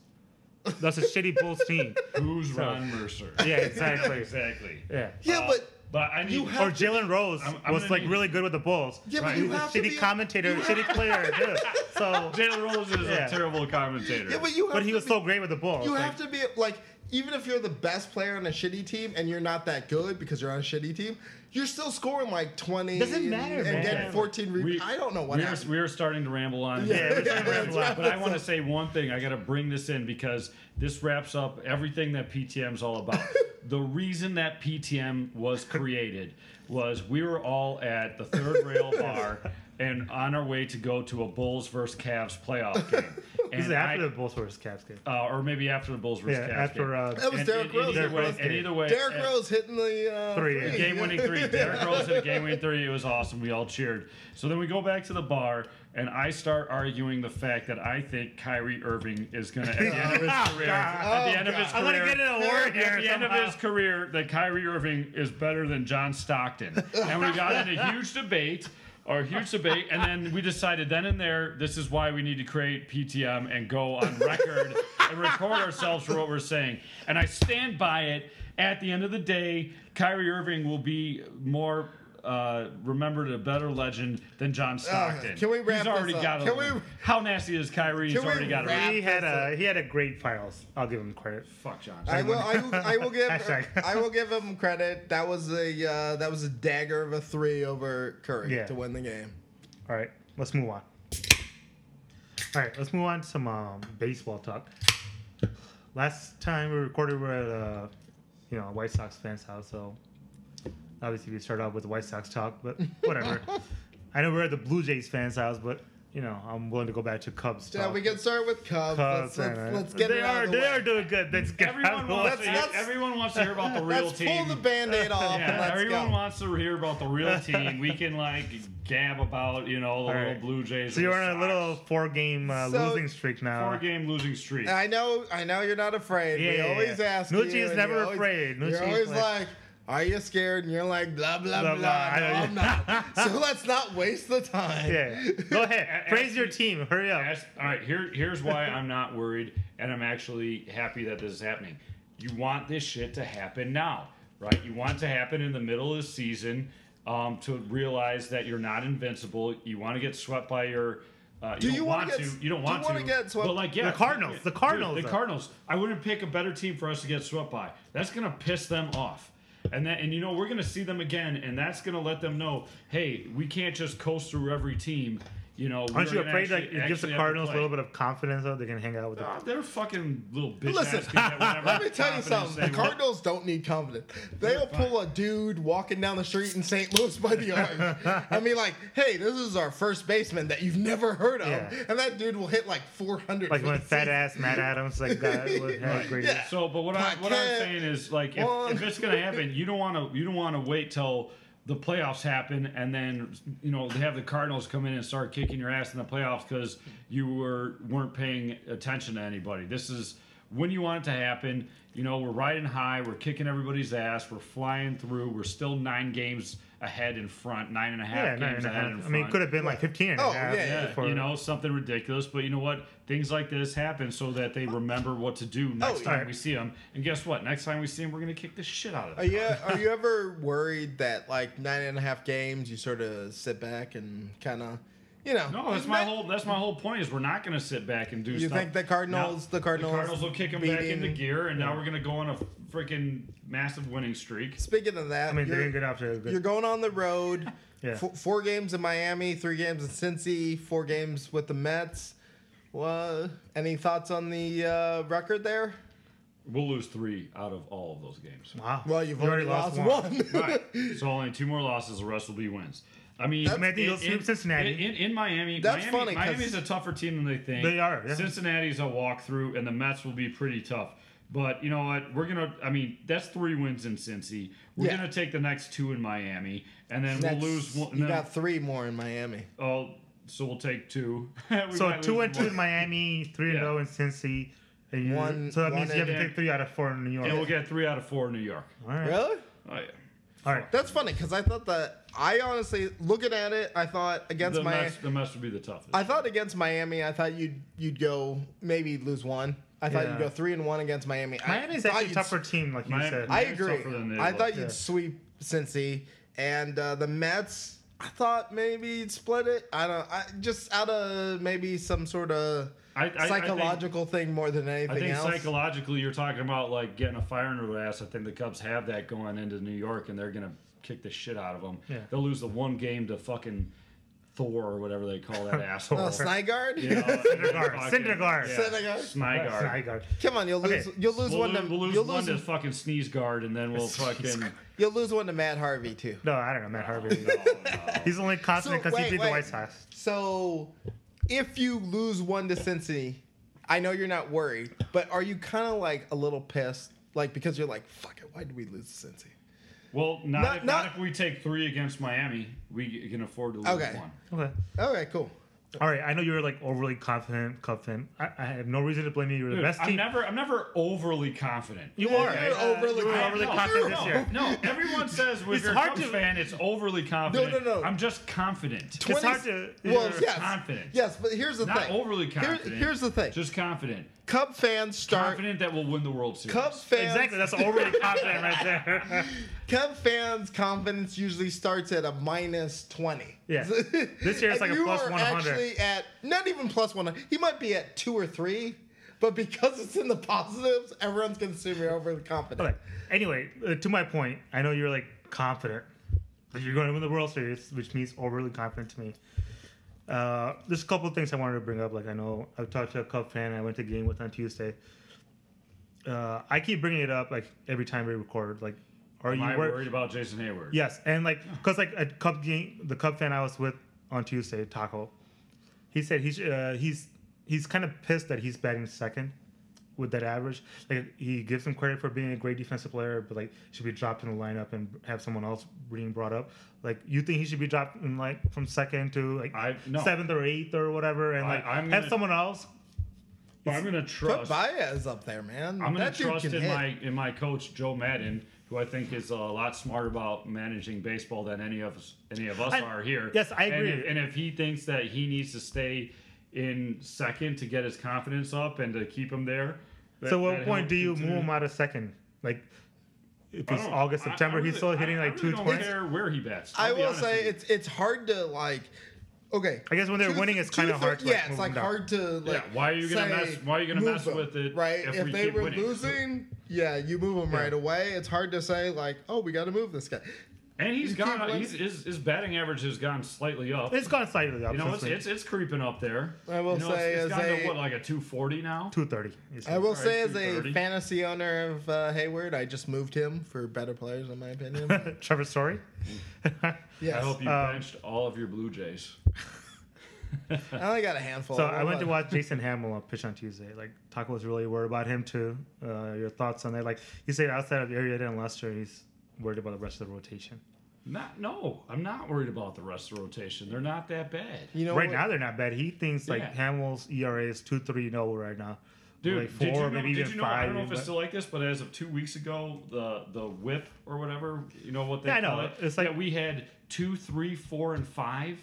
Speaker 3: That's a shitty Bulls team.
Speaker 4: Who's Ron Mercer?
Speaker 3: Yeah, exactly.
Speaker 4: exactly.
Speaker 3: Yeah.
Speaker 2: yeah,
Speaker 4: Uh,
Speaker 2: but
Speaker 4: but I need.
Speaker 2: you have-
Speaker 3: Or Jalen Rose
Speaker 4: I'm- I'm
Speaker 3: was
Speaker 4: gonna
Speaker 3: like
Speaker 4: need-
Speaker 3: really good with the Bulls.
Speaker 2: Yeah, but
Speaker 3: Right.
Speaker 2: you
Speaker 3: He was a
Speaker 2: have to
Speaker 3: shitty
Speaker 2: be-
Speaker 3: commentator, shitty player. Too. So,
Speaker 4: Jalen Rose is
Speaker 3: Yeah.
Speaker 4: a terrible commentator.
Speaker 2: yeah, but you have
Speaker 3: but he
Speaker 2: to
Speaker 3: was
Speaker 2: be,
Speaker 3: so great with the Bulls.
Speaker 2: You
Speaker 3: like,
Speaker 2: have to be like even if you're the best player on a shitty team and you're not that good because you're on a shitty team, you're still scoring like 20
Speaker 3: Doesn't
Speaker 2: and-
Speaker 3: matter,
Speaker 2: and,
Speaker 3: man.
Speaker 2: getting 14 re-
Speaker 4: We-
Speaker 2: I don't know what
Speaker 4: we are,
Speaker 2: happened.
Speaker 4: we are starting to ramble on.
Speaker 3: Yeah, we're starting to ramble on.
Speaker 4: But I want to say one thing. I got to bring this in because this wraps up everything that PTM's all about. the reason that PTM was created was we were all at the third rail bar and on our way to go to a Bulls versus Cavs playoff game.
Speaker 3: This is
Speaker 4: And
Speaker 3: after
Speaker 4: I-
Speaker 3: the Bulls versus Cavs game.
Speaker 4: uh, or maybe after the Bulls versus
Speaker 3: Yeah,
Speaker 4: Cavs
Speaker 3: after
Speaker 4: game.
Speaker 3: uh,
Speaker 2: That was
Speaker 4: And-
Speaker 2: Derrick
Speaker 4: and
Speaker 2: Rose.
Speaker 4: Either way,
Speaker 3: Derrick
Speaker 4: and either way,
Speaker 2: Derrick
Speaker 4: and-
Speaker 2: Rose hitting the uh,
Speaker 3: Three, yeah.
Speaker 4: Game winning three. Derrick Rose hit a game winning three. It was awesome. We all cheered. So then we go back to the bar, and I start arguing the fact that I think Kyrie Irving is going to, at the end of his
Speaker 2: Oh,
Speaker 4: career, at the end of his
Speaker 3: I'm gonna
Speaker 4: career,
Speaker 3: get an award here.
Speaker 4: at the end of
Speaker 3: somehow.
Speaker 4: his career, that Kyrie Irving is better than John Stockton. And we got in a huge debate. Or a huge debate, and then we decided then and there, this is why we need to create PTM and go on record and record ourselves for what we're saying. And I stand by it. At the end of the day, Kyrie Irving will be more uh, remembered a better legend than John Stockton.
Speaker 2: can we wrap
Speaker 4: He's already
Speaker 2: this up?
Speaker 4: got a
Speaker 2: Can
Speaker 4: ring.
Speaker 2: we-
Speaker 4: How nasty is Kyrie? He's
Speaker 2: Can we
Speaker 4: already got a
Speaker 2: wrap-
Speaker 4: ring.
Speaker 3: he had a he had a great finals. I'll give him credit.
Speaker 4: Fuck John.
Speaker 2: I will, I will. I will give.
Speaker 3: Hashtag.
Speaker 2: I will give him credit. That was a uh, that was a dagger of a three over Curry
Speaker 3: Yeah.
Speaker 2: to win the game.
Speaker 3: All right, let's move on. All right, let's move on to some um, baseball talk. Last time we recorded, we were at a you know a White Sox fans house, so obviously we start off with the White Sox talk, but whatever. I know we're at the Blue Jays fans house, but you know I'm willing to go back to Cubs.
Speaker 2: Yeah,
Speaker 3: talk.
Speaker 2: we can start with Cubs.
Speaker 3: Cubs.
Speaker 2: let's, let's,
Speaker 3: and, uh,
Speaker 2: let's get
Speaker 3: they
Speaker 2: it out
Speaker 3: are
Speaker 2: of the
Speaker 3: they
Speaker 2: way.
Speaker 3: are doing good. Let's get out
Speaker 4: Everyone
Speaker 3: of the
Speaker 4: wants,
Speaker 3: way.
Speaker 4: to,
Speaker 2: That's-
Speaker 4: everyone wants to hear about the real
Speaker 2: Let's
Speaker 4: team.
Speaker 2: pull the band-aid off and
Speaker 4: Yeah,
Speaker 2: let's
Speaker 4: everyone
Speaker 2: go.
Speaker 4: wants to hear about the real team. We can like gab about you know the
Speaker 3: All
Speaker 4: little
Speaker 3: right.
Speaker 4: Blue Jays.
Speaker 3: So
Speaker 4: and
Speaker 3: you're
Speaker 4: the
Speaker 3: on a
Speaker 4: Sox.
Speaker 3: little four game uh,
Speaker 2: So-
Speaker 3: losing streak now.
Speaker 4: four-game losing streak.
Speaker 2: I know, I know you're not afraid. we
Speaker 3: Yeah.
Speaker 2: always ask.
Speaker 3: Nucci
Speaker 2: you,
Speaker 3: is
Speaker 2: and
Speaker 3: never
Speaker 2: you always-
Speaker 3: afraid. Nucci
Speaker 2: you're
Speaker 3: is
Speaker 2: always
Speaker 3: like-
Speaker 2: like, "Are you scared?" And you're like, "Blah blah
Speaker 3: Blah,
Speaker 2: blah."
Speaker 3: blah.
Speaker 2: No,
Speaker 3: I
Speaker 2: I'm
Speaker 3: know.
Speaker 2: not. so let's not waste the time.
Speaker 3: Yeah, go ahead. Praise your team. Hurry up.
Speaker 4: That's- all right, here, here's why I'm not worried, and I'm actually happy that this is happening. You want this shit to happen now, right? You want it to happen in the middle of the season um, to realize that you're not invincible. You want to get swept by your. Uh, you
Speaker 2: Do
Speaker 4: don't
Speaker 2: you wanna
Speaker 4: want
Speaker 2: get-
Speaker 4: to? You don't
Speaker 2: do you
Speaker 4: want
Speaker 2: wanna
Speaker 4: to.
Speaker 2: get swept-
Speaker 4: But like, yeah,
Speaker 3: The Cardinals, the
Speaker 4: dude,
Speaker 3: Cardinals,
Speaker 4: the
Speaker 3: though.
Speaker 4: Cardinals. I wouldn't pick a better team for us to get swept by. That's gonna piss them off. And that, and you know, we're gonna see them again, and that's gonna let them know, hey, we can't just coast through every team. You know,
Speaker 3: Aren't you
Speaker 4: we're gonna
Speaker 3: afraid
Speaker 4: actually-
Speaker 3: that it gives
Speaker 4: actually
Speaker 3: the
Speaker 4: have to
Speaker 3: Cardinals a
Speaker 4: play.
Speaker 3: little bit of confidence though? They can hang out with the
Speaker 4: Oh, they're fucking little bitch.
Speaker 2: Listen,
Speaker 4: ass people that whatever
Speaker 2: Let me tell you
Speaker 4: confidence
Speaker 2: something. The
Speaker 4: they want.
Speaker 2: Cardinals don't need confidence. They'll pull a dude walking down the street in St. Louis by the arm. I mean, like, hey, this is our first baseman that you've never heard of,
Speaker 3: Yeah.
Speaker 2: and that dude will hit like 400.
Speaker 3: like
Speaker 2: for
Speaker 3: when
Speaker 2: the
Speaker 3: fat
Speaker 2: season.
Speaker 3: ass Matt Adams like got had a great.
Speaker 2: Yeah.
Speaker 4: So, but what, I, what I'm
Speaker 2: Paquette,
Speaker 4: saying is, like, if,
Speaker 2: one.
Speaker 4: if it's gonna happen, you don't want to you don't want to wait till the playoffs happen and then you know have the Cardinals come in and start kicking your ass in the playoffs because you were weren't paying attention to anybody. This is when you want it to happen. You know, we're riding high, we're kicking everybody's ass, we're flying through, we're still nine games ahead in front, nine and a half
Speaker 3: Yeah,
Speaker 4: games
Speaker 3: nine and a
Speaker 4: ahead
Speaker 3: half.
Speaker 4: in front.
Speaker 3: I mean, it could have been like 15 and
Speaker 2: Oh,
Speaker 3: a half.
Speaker 2: yeah, yeah.
Speaker 3: before-
Speaker 4: you know something ridiculous but you know what things like this happen so that they remember what to do next
Speaker 2: Oh,
Speaker 4: time
Speaker 3: yeah.
Speaker 4: we see them and guess what next time we see them we're gonna kick the shit out of
Speaker 2: Are
Speaker 4: them
Speaker 2: you, are you ever worried that like nine and a half games, you sort of sit back and kind of, you know?
Speaker 4: no that's my whole that's my whole point is we're not gonna sit back and do
Speaker 2: You
Speaker 4: stuff.
Speaker 2: think the Cardinals- the Cardinals
Speaker 4: the Cardinals will kick them back
Speaker 2: beating-
Speaker 4: into gear and now we're gonna go on a freaking massive winning streak
Speaker 2: Speaking of that,
Speaker 3: I mean, they
Speaker 2: you're,
Speaker 3: didn't get off to a
Speaker 2: you're
Speaker 3: good.
Speaker 2: going on the road.
Speaker 3: Yeah.
Speaker 2: Four, four games in Miami, three games in Cincy, four games with the Mets. Well, any thoughts on the uh, record there?
Speaker 4: we'll lose three out of all of those games
Speaker 3: Wow.
Speaker 2: Well, you've
Speaker 3: You
Speaker 2: already, lost, one.
Speaker 4: right. So only two more losses. The rest will be wins. I mean,
Speaker 2: That's- I
Speaker 3: mean, I think you'll sweep Cincinnati.
Speaker 4: In, in, in Miami,
Speaker 2: That's
Speaker 4: Miami,
Speaker 2: funny 'cause-
Speaker 4: Miami's a tougher team than they think.
Speaker 3: They are, yeah.
Speaker 4: Cincinnati's a walkthrough, and the Mets will be pretty tough. But you know what? We're gonna. I mean, that's three wins in Cincy. We're
Speaker 2: Yeah.
Speaker 4: gonna take the next two in Miami, and then
Speaker 2: Next,
Speaker 4: we'll lose one.
Speaker 2: you
Speaker 4: and then,
Speaker 2: got three more in Miami.
Speaker 4: oh, so we'll take two. We
Speaker 3: So
Speaker 4: might
Speaker 3: two
Speaker 4: lose
Speaker 3: and two
Speaker 4: one.
Speaker 3: in Miami, three and
Speaker 4: Yeah.
Speaker 3: zero in Cincy. And you,
Speaker 2: One-
Speaker 3: so that
Speaker 2: one
Speaker 3: means you have
Speaker 2: in-
Speaker 3: to take three out of four in New York.
Speaker 4: and we'll get three out of four in New York.
Speaker 3: All right.
Speaker 2: Really?
Speaker 4: Oh yeah.
Speaker 3: All right.
Speaker 2: That's funny because I thought that I honestly looking at it, I thought against
Speaker 4: the,
Speaker 2: Miami,
Speaker 4: Mets, the Mets will be the toughest.
Speaker 2: I thought against Miami, I thought you'd you'd go maybe lose one. I thought
Speaker 3: Yeah.
Speaker 2: you'd go three and one against Miami. I
Speaker 3: Miami's
Speaker 2: thought
Speaker 3: actually a
Speaker 2: you'd-
Speaker 3: tougher team, like you
Speaker 4: Miami-
Speaker 3: said.
Speaker 2: I
Speaker 4: They're
Speaker 2: agree.
Speaker 4: tougher than they
Speaker 2: I
Speaker 4: look,
Speaker 2: thought you'd
Speaker 3: yeah.
Speaker 2: sweep Cincy and uh, the Mets. I thought maybe you'd split it. I don't. I just out of maybe some sort of
Speaker 4: I- I- I think-
Speaker 2: psychological thing more than anything
Speaker 4: I think
Speaker 2: else.
Speaker 4: psychologically, you're talking about like getting a fire in their ass. I think the Cubs have that going into New York, and they're gonna kick the shit out of them.
Speaker 3: Yeah.
Speaker 4: They'll lose the one game to fucking Thor or whatever they call that asshole.
Speaker 2: oh, Snygard.
Speaker 4: You know, and then
Speaker 3: Syndergaard,
Speaker 4: fucking-
Speaker 3: Syndergaard.
Speaker 4: yeah,
Speaker 2: Syndergaard?
Speaker 4: Snygard.
Speaker 3: Snyder.
Speaker 2: Come on, you'll
Speaker 3: Okay,
Speaker 2: lose. You'll lose
Speaker 4: We'll,
Speaker 2: one
Speaker 4: lose,
Speaker 2: to.
Speaker 4: we'll lose
Speaker 2: you'll
Speaker 4: one
Speaker 2: lose.
Speaker 4: to fucking sneeze guard, and then we'll fucking.
Speaker 2: You'll lose one to Matt Harvey too.
Speaker 3: No, I don't know. Matt Harvey.
Speaker 4: Oh,
Speaker 3: He's only constant
Speaker 2: So,
Speaker 3: because
Speaker 2: wait,
Speaker 3: he beat
Speaker 2: wait.
Speaker 3: the White Sox.
Speaker 2: So, if you lose one to Cincinnati, I know you're not worried, but are you kind of like a little pissed, like because you're like, "Fuck it, why did we lose to Cincinnati?"
Speaker 4: Well, not,
Speaker 2: Not-
Speaker 4: if,
Speaker 2: not-
Speaker 4: not if we take three against Miami, we can afford to lose
Speaker 2: Okay.
Speaker 4: one.
Speaker 3: Okay.
Speaker 2: Okay, cool.
Speaker 3: All right. I know you were like overly confident, confident. I, I have no reason to blame you. You were the
Speaker 4: Dude,
Speaker 3: best
Speaker 4: I'm
Speaker 3: team.
Speaker 4: never, I'm never overly confident.
Speaker 3: you
Speaker 2: Yeah,
Speaker 3: are.
Speaker 2: you're overly
Speaker 3: you were
Speaker 2: confident.
Speaker 3: overly
Speaker 4: No,
Speaker 3: confident
Speaker 4: no,
Speaker 3: this year.
Speaker 4: No, everyone says when
Speaker 3: It's
Speaker 4: you're a
Speaker 3: hard
Speaker 4: Cubs
Speaker 3: to-
Speaker 4: fan, it's overly confident.
Speaker 2: no.
Speaker 4: I'm just confident.
Speaker 3: It's hard to.
Speaker 2: Well,
Speaker 3: you're-
Speaker 2: yes,
Speaker 4: confident.
Speaker 2: yes, but here's the
Speaker 4: Not
Speaker 2: thing.
Speaker 4: overly
Speaker 2: Here-
Speaker 4: confident.
Speaker 2: here's the thing.
Speaker 4: Just confident.
Speaker 2: Cub fans start.
Speaker 4: Confident that we'll win the World Series.
Speaker 2: Cub fans.
Speaker 3: Exactly. That's overly confident right there.
Speaker 2: Cub fans' confidence usually starts at a minus twenty.
Speaker 3: Yeah. This year it's
Speaker 2: And
Speaker 3: like a
Speaker 2: you
Speaker 3: plus
Speaker 2: are
Speaker 3: 100.
Speaker 2: Actually, at not even plus one hundred. He might be at two or three, but because it's in the positives, everyone's gonna assume you're overly confident.
Speaker 3: Okay. Anyway, uh, to my point, I know you're like confident that you're going to win the World Series, which means overly confident to me. Uh, there's a couple of things I wanted to bring up. Like I know I've talked to a Cub fan I went to a game with on Tuesday. Uh, I keep bringing it up like every time we record. Like, are
Speaker 4: Am
Speaker 3: you
Speaker 4: I
Speaker 3: wor-
Speaker 4: worried about Jason Hayward?
Speaker 3: Yes, and like because like a Cub game, the Cub fan I was with on Tuesday, Taco, he said he's uh, he's he's kind of pissed that he's batting second with that average. Like he gives him credit for being a great defensive player, but like should be dropped in the lineup and have someone else being brought up. Like you think he should be dropped in like from second to like
Speaker 4: I- no.
Speaker 3: seventh or eighth or whatever, and
Speaker 4: I-
Speaker 3: like
Speaker 4: I'm
Speaker 3: have
Speaker 4: gonna-
Speaker 3: someone else.
Speaker 4: But I'm gonna
Speaker 2: Put
Speaker 4: trust.
Speaker 2: Baez up there, man.
Speaker 4: I'm gonna
Speaker 2: that dude
Speaker 4: trust
Speaker 2: can
Speaker 4: in
Speaker 2: hit.
Speaker 4: my in my coach Joe Madden, who I think is a lot smarter about managing baseball than any of us any of us
Speaker 3: I-
Speaker 4: are here.
Speaker 3: yes, I agree.
Speaker 4: And if, and if he thinks that he needs to stay in second to get his confidence up and to keep him there, that-
Speaker 3: so what
Speaker 4: that
Speaker 3: point
Speaker 4: he'll
Speaker 3: do you
Speaker 4: continue-
Speaker 3: move him out of second? Like if
Speaker 4: I
Speaker 3: it's
Speaker 4: don't-
Speaker 3: August,
Speaker 4: Oh, I- I
Speaker 3: September, he's
Speaker 4: really-
Speaker 3: still
Speaker 4: I-
Speaker 3: hitting
Speaker 4: I
Speaker 3: like
Speaker 4: really
Speaker 3: two
Speaker 4: don't
Speaker 3: twenty.
Speaker 4: care where he bats.
Speaker 2: I
Speaker 4: I'll be
Speaker 2: will
Speaker 4: honest with
Speaker 2: say
Speaker 4: you.
Speaker 2: it's it's hard to like. Okay.
Speaker 3: I guess when they're
Speaker 2: two-
Speaker 3: winning, it's
Speaker 2: two
Speaker 3: kinda
Speaker 2: thir-
Speaker 3: hard to, like,
Speaker 2: yeah,
Speaker 3: move
Speaker 2: it's like
Speaker 3: them down.
Speaker 2: hard to like.
Speaker 4: Yeah, why are you gonna
Speaker 2: say,
Speaker 4: mess- why are you gonna
Speaker 2: move
Speaker 4: mess
Speaker 2: them,
Speaker 4: with it
Speaker 2: Right.
Speaker 4: if
Speaker 2: If,
Speaker 4: we
Speaker 2: they
Speaker 4: keep
Speaker 2: were
Speaker 4: winning?
Speaker 2: losing, yeah, you move them right away. It's hard to say like, oh, we got to move this guy.
Speaker 4: and he's
Speaker 2: you keep
Speaker 4: gone.
Speaker 2: winning.
Speaker 4: He's, his, his batting average has gone slightly up.
Speaker 3: It's gone slightly up.
Speaker 4: you know,
Speaker 3: since
Speaker 4: it's,
Speaker 3: we-
Speaker 4: it's it's creeping up there.
Speaker 2: I will
Speaker 4: you know,
Speaker 2: say
Speaker 4: it's,
Speaker 2: as
Speaker 4: it's gotten
Speaker 2: a-
Speaker 4: to what like a 240 now.
Speaker 3: 230. is
Speaker 2: I will
Speaker 4: Alright,
Speaker 2: say, as a
Speaker 4: 230.
Speaker 2: fantasy owner of uh, Hayward, I just moved him for better players, in my opinion.
Speaker 3: Uh, Trevor Story.
Speaker 2: yes.
Speaker 4: I hope you
Speaker 3: Um,
Speaker 4: benched all of your Blue Jays.
Speaker 2: I only got a handful.
Speaker 3: so I went to
Speaker 2: Hold on.
Speaker 3: watch Jason Hamill on pitch on Tuesday. Like Taco was really worried about him too. Uh, your thoughts on that? Like you say, outside of Arietta and Lester, he's worried about the rest of the rotation.
Speaker 4: Not no, I'm not worried about the rest of the rotation. They're not that bad.
Speaker 2: You know,
Speaker 3: right
Speaker 2: what?
Speaker 3: now they're not bad. He thinks like
Speaker 4: Yeah.
Speaker 3: Hamill's ERA is two three zero right now.
Speaker 4: Dude,
Speaker 3: like
Speaker 4: did you know,
Speaker 3: four, maybe
Speaker 4: did
Speaker 3: even
Speaker 4: you know I
Speaker 3: five.
Speaker 4: don't know if
Speaker 3: but-
Speaker 4: it's still like this, but as of two weeks ago, the the whip or whatever, you know what they
Speaker 3: Yeah, I know.
Speaker 4: call it?
Speaker 3: It's like-
Speaker 4: that we had two, three, four, and five.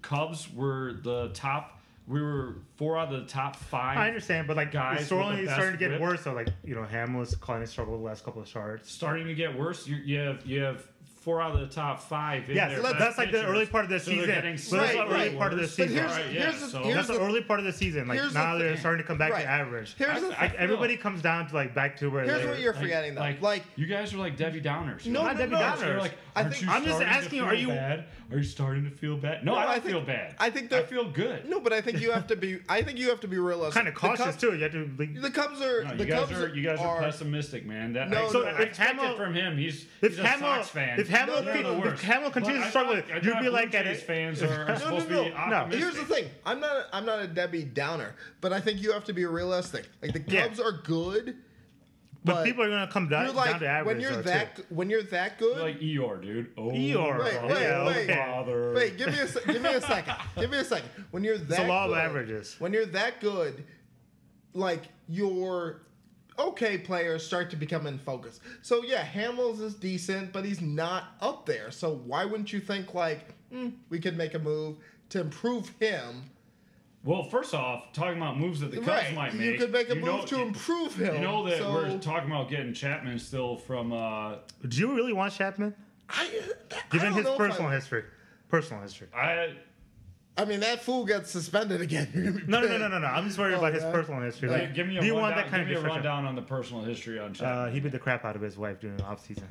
Speaker 4: Cubs were the top we were four out of the top five.
Speaker 3: I understand, but like
Speaker 4: Guys
Speaker 3: it's
Speaker 4: with the
Speaker 3: only
Speaker 4: best
Speaker 3: starting to get
Speaker 4: whip.
Speaker 3: worse. So like you know, Hamill's climbing struggle the last couple of starts.
Speaker 4: Starting to get worse. You, you have you have four out of the top five. In
Speaker 3: Yeah,
Speaker 4: their
Speaker 3: so that's-
Speaker 4: best
Speaker 3: that's like the
Speaker 4: pitchers.
Speaker 3: early part of the
Speaker 4: So they're
Speaker 3: season.
Speaker 4: getting
Speaker 3: So that's
Speaker 4: slightly
Speaker 2: the early
Speaker 3: part of the
Speaker 4: worse.
Speaker 2: But
Speaker 3: season.
Speaker 2: here's,
Speaker 4: Alright, yeah,
Speaker 2: here's, the-
Speaker 4: so-
Speaker 2: here's
Speaker 3: That's
Speaker 2: the,
Speaker 3: the early part of the season. Like
Speaker 2: here's the
Speaker 3: now they're
Speaker 2: thing.
Speaker 3: starting to come back
Speaker 2: Right.
Speaker 3: to average.
Speaker 4: I-
Speaker 2: here's the thing.
Speaker 4: I
Speaker 3: like
Speaker 4: feel-
Speaker 3: everybody comes down to like back to where
Speaker 2: Here's
Speaker 3: they
Speaker 2: what
Speaker 3: were.
Speaker 2: you're forgetting though. Like,
Speaker 4: you guys are like Debbie Downers. You're
Speaker 2: No,
Speaker 3: Not
Speaker 4: like,
Speaker 3: Debbie
Speaker 2: no,
Speaker 3: Downers.
Speaker 4: You're like,
Speaker 2: I
Speaker 4: aren't
Speaker 2: think-
Speaker 4: you
Speaker 3: I'm just
Speaker 4: starting to
Speaker 3: asking you,
Speaker 4: feel
Speaker 3: are you-
Speaker 4: bad? Are you starting to feel bad? No,
Speaker 2: No,
Speaker 4: I don't
Speaker 2: I think-
Speaker 4: feel bad.
Speaker 2: I think
Speaker 4: I
Speaker 2: that-
Speaker 4: feel good.
Speaker 2: no, but I think you have to be. I think you have to be realistic.
Speaker 3: kind of cautious
Speaker 2: the Cubs,
Speaker 3: too. You have to. Like,
Speaker 2: The Cubs are.
Speaker 4: No, you
Speaker 2: the
Speaker 4: guys
Speaker 2: Cubs
Speaker 4: are you guys are, pessimistic, man. That I,
Speaker 2: No, So
Speaker 4: I
Speaker 2: if
Speaker 4: expected
Speaker 3: Hamill-
Speaker 4: from him. He's,
Speaker 3: if
Speaker 4: he's a
Speaker 3: Hamill-
Speaker 4: Sox fan.
Speaker 3: if Hamill
Speaker 4: They're
Speaker 3: keep-
Speaker 4: the
Speaker 3: if
Speaker 4: worst.
Speaker 3: Hamill continues
Speaker 4: But
Speaker 3: to struggle,
Speaker 4: I thought- I
Speaker 3: you'd
Speaker 4: thought
Speaker 3: be like
Speaker 4: Blue
Speaker 3: at
Speaker 4: Jays
Speaker 3: it.
Speaker 4: fans are, are
Speaker 2: No,
Speaker 4: supposed
Speaker 2: no,
Speaker 4: to be
Speaker 2: no.
Speaker 3: No.
Speaker 4: optimistic.
Speaker 2: Here's the thing. I'm not. I'm not a Debbie Downer, but I think you have to be realistic. Like the
Speaker 3: Yeah.
Speaker 2: Cubs are good.
Speaker 3: but,
Speaker 2: but
Speaker 3: people are gonna come down,
Speaker 2: You're like
Speaker 3: down to average.
Speaker 2: when
Speaker 3: though,
Speaker 2: you're
Speaker 3: too.
Speaker 2: that. When you're that good.
Speaker 4: Like Eeyore, dude. Oh,
Speaker 3: Eeyore.
Speaker 2: Wait,
Speaker 4: father,
Speaker 2: wait,
Speaker 4: oh,
Speaker 2: wait.
Speaker 4: father.
Speaker 2: Wait, give me a se- give me a second. Give me a second. When you're that
Speaker 3: a law of
Speaker 2: good,
Speaker 3: averages.
Speaker 2: When you're that good, like your okay players start to become in focus. So yeah, Hamels is decent, but he's not up there. So why wouldn't you think like hmm, we could make a move to improve him?
Speaker 4: Well, first off, talking about moves that the Cubs
Speaker 2: right,
Speaker 4: might make.
Speaker 2: you could make a
Speaker 4: you
Speaker 2: move
Speaker 4: know-
Speaker 2: to improve him.
Speaker 4: You know that
Speaker 2: so
Speaker 4: we're talking about getting Chapman still from uh,
Speaker 3: Do you really want Chapman?
Speaker 2: I, I
Speaker 3: Given
Speaker 2: don't
Speaker 3: his
Speaker 2: know if I-
Speaker 3: personal history, personal history.
Speaker 4: I
Speaker 2: I mean, that fool got suspended again. You're gonna be
Speaker 3: No, no, no,
Speaker 2: pissed.
Speaker 3: no, no, no. I'm just worried
Speaker 2: Oh,
Speaker 3: about his
Speaker 2: yeah.
Speaker 3: personal history.
Speaker 2: Yeah.
Speaker 3: Like,
Speaker 4: give me a
Speaker 3: do you
Speaker 4: rundown,
Speaker 3: want that kind of
Speaker 4: give me a
Speaker 3: description?
Speaker 4: rundown on the personal history on
Speaker 3: Uh,
Speaker 4: Chapman.
Speaker 3: he beat the crap out of his wife during the off season.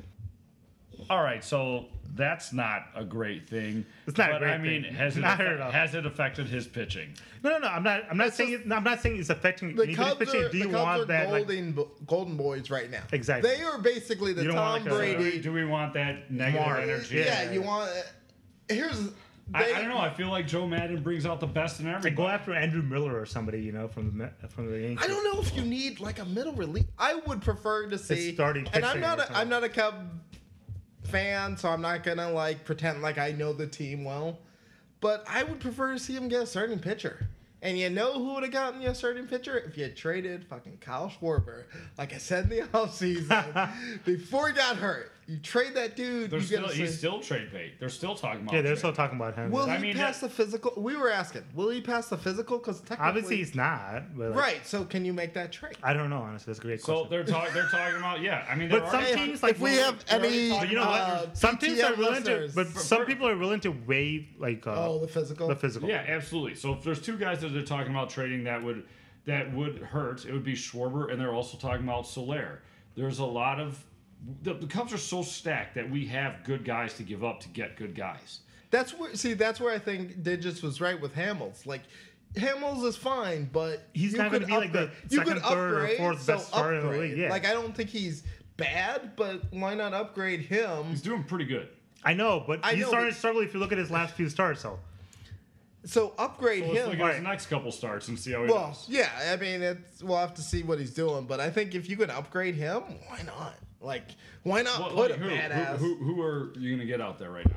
Speaker 4: All right, so that's not a great thing.
Speaker 3: It's not a
Speaker 4: but
Speaker 3: great
Speaker 4: I mean,
Speaker 3: thing.
Speaker 4: has it
Speaker 3: Not
Speaker 4: affe-
Speaker 3: at all.
Speaker 4: has it affected his pitching?
Speaker 3: No, no, no. I'm not. I'm not saying. It, no, I'm not saying it's affecting
Speaker 2: The
Speaker 3: anybody's
Speaker 2: Cubs
Speaker 3: pitching.
Speaker 2: are,
Speaker 3: Do
Speaker 2: the
Speaker 3: you
Speaker 2: Cubs
Speaker 3: want
Speaker 2: are
Speaker 3: that? Like,
Speaker 2: golden, bo- golden boys right now.
Speaker 3: Exactly.
Speaker 2: They are basically the
Speaker 3: You don't want,
Speaker 2: Tom
Speaker 3: like, uh, a-
Speaker 4: Do we,
Speaker 2: Brady.
Speaker 4: do we want that negative
Speaker 3: Mark.
Speaker 4: energy?
Speaker 2: yeah, you want. uh, Here's.
Speaker 4: I,
Speaker 2: they-
Speaker 4: I don't know. I feel like Joe Madden brings out the best in
Speaker 3: like, go
Speaker 4: everybody.
Speaker 3: after Andrew Miller or somebody, you know, from the Met- from the Yankees.
Speaker 2: I don't know if you need like a middle relief. I would prefer to see
Speaker 3: starting
Speaker 2: And I'm
Speaker 3: pitching
Speaker 2: not.
Speaker 3: or
Speaker 2: A,
Speaker 3: something.
Speaker 2: I'm not a Cub fan, so I'm not gonna like pretend like I know the team well. But I would prefer to see him get a starting pitcher. And you know who would have gotten you a starting pitcher if you traded fucking Kyle Schwarber, like I said in the offseason, before he got hurt. You trade that dude.
Speaker 4: They're
Speaker 2: you
Speaker 4: still,
Speaker 2: get a
Speaker 4: he's still trade bait. They're still talking about.
Speaker 3: Yeah, they're
Speaker 4: trade.
Speaker 3: still talking about him.
Speaker 2: Will
Speaker 4: I
Speaker 2: he
Speaker 4: mean,
Speaker 2: pass
Speaker 4: that-
Speaker 2: the physical? We were asking. Will he pass the physical? Because technically,
Speaker 3: Obviously, he's not. But like,
Speaker 2: right. So can you make that trade?
Speaker 3: I don't know. Honestly, that's a great
Speaker 4: So
Speaker 3: question.
Speaker 4: they're talking. They're talking about. Yeah, I mean,
Speaker 3: But
Speaker 4: they're
Speaker 3: some
Speaker 4: already-
Speaker 3: teams, like,
Speaker 2: if we have
Speaker 4: they're already
Speaker 2: any,
Speaker 4: talking-
Speaker 3: but you know what?
Speaker 2: uh,
Speaker 3: some teams
Speaker 2: PTM
Speaker 3: are willing
Speaker 2: listeners.
Speaker 3: to, but some people are willing to waive like uh,
Speaker 2: Oh, the physical?
Speaker 3: the physical.
Speaker 4: Yeah, absolutely. So if there's two guys that they're talking about trading that would that would hurt, it would be Schwarber, and they're also talking about Solaire. There's a lot of the, the Cubs are so stacked that we have good guys to give up to get good guys.
Speaker 2: That's where see that's where I think Digits was right with Hamels. Like Hamels is fine, but
Speaker 3: He's not gonna
Speaker 2: could
Speaker 3: be, like, the
Speaker 2: upgrade-
Speaker 3: second, third, or
Speaker 2: upgrade,
Speaker 3: fourth best starter in the
Speaker 2: upgrade.
Speaker 3: league, yeah.
Speaker 2: Like I don't think he's bad, but why not upgrade him?
Speaker 4: He's doing pretty good.
Speaker 3: I know, but
Speaker 2: I
Speaker 3: he's
Speaker 2: know,
Speaker 3: starting
Speaker 2: but-
Speaker 3: to struggle if you look at his last few starts. So
Speaker 2: So upgrade
Speaker 4: So let's look
Speaker 2: him.
Speaker 4: at his next couple starts and see how he
Speaker 2: Well,
Speaker 4: does.
Speaker 2: yeah, I mean, it's, we'll have to see what he's doing, but I think if you can upgrade him, why not? Like, why not
Speaker 4: Well,
Speaker 2: put
Speaker 4: like,
Speaker 2: a
Speaker 4: who,
Speaker 2: badass?
Speaker 4: who, who, who are you going to get out there right now?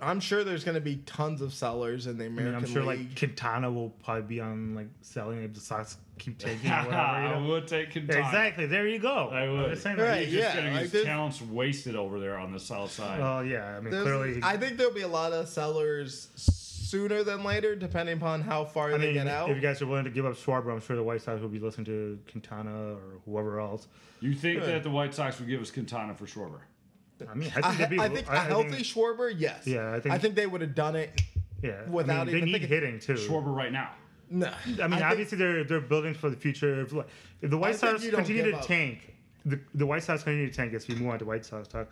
Speaker 2: I'm sure there's going to be tons of sellers in the
Speaker 3: I
Speaker 2: American
Speaker 3: mean, I'm sure
Speaker 2: League.
Speaker 3: like Quintana will probably be on like selling if the Sox keep taking or whatever. You
Speaker 4: I
Speaker 3: know?
Speaker 4: would take Quintana.
Speaker 3: Yeah, exactly. There you go.
Speaker 4: I
Speaker 3: I'm
Speaker 4: would.
Speaker 3: just saying,
Speaker 2: Right.
Speaker 3: like,
Speaker 4: He's just
Speaker 2: yeah,
Speaker 4: getting
Speaker 2: like,
Speaker 4: his
Speaker 2: there's-
Speaker 4: talents wasted over there on the south side.
Speaker 3: Well, yeah. I mean,
Speaker 2: There's-
Speaker 3: clearly,
Speaker 2: I think there'll be a lot of sellers sooner than later, depending upon how far
Speaker 3: I
Speaker 2: they
Speaker 3: mean,
Speaker 2: get out.
Speaker 3: if you guys are willing to give up Schwarber, I'm sure the White Sox will be listening to Quintana or whoever else.
Speaker 4: you think that the White Sox would give us Quintana for Schwarber?
Speaker 3: I mean, I think,
Speaker 2: I,
Speaker 3: they'd be-
Speaker 2: I think a healthy Schwarber, yes.
Speaker 3: Yeah, I think-
Speaker 2: I think they would have done it.
Speaker 3: yeah,
Speaker 2: without
Speaker 3: I mean, they
Speaker 2: even
Speaker 3: need
Speaker 2: thinking-
Speaker 3: hitting too.
Speaker 4: Schwarber right now.
Speaker 2: No,
Speaker 3: I mean,
Speaker 2: think-
Speaker 3: obviously they're they're building for the future. If, like, if the White
Speaker 2: I think
Speaker 3: Sox
Speaker 2: you don't
Speaker 3: continue
Speaker 2: give
Speaker 3: to
Speaker 2: up.
Speaker 3: tank, the, the White Sox continue to tank. As we move on to White Sox talk,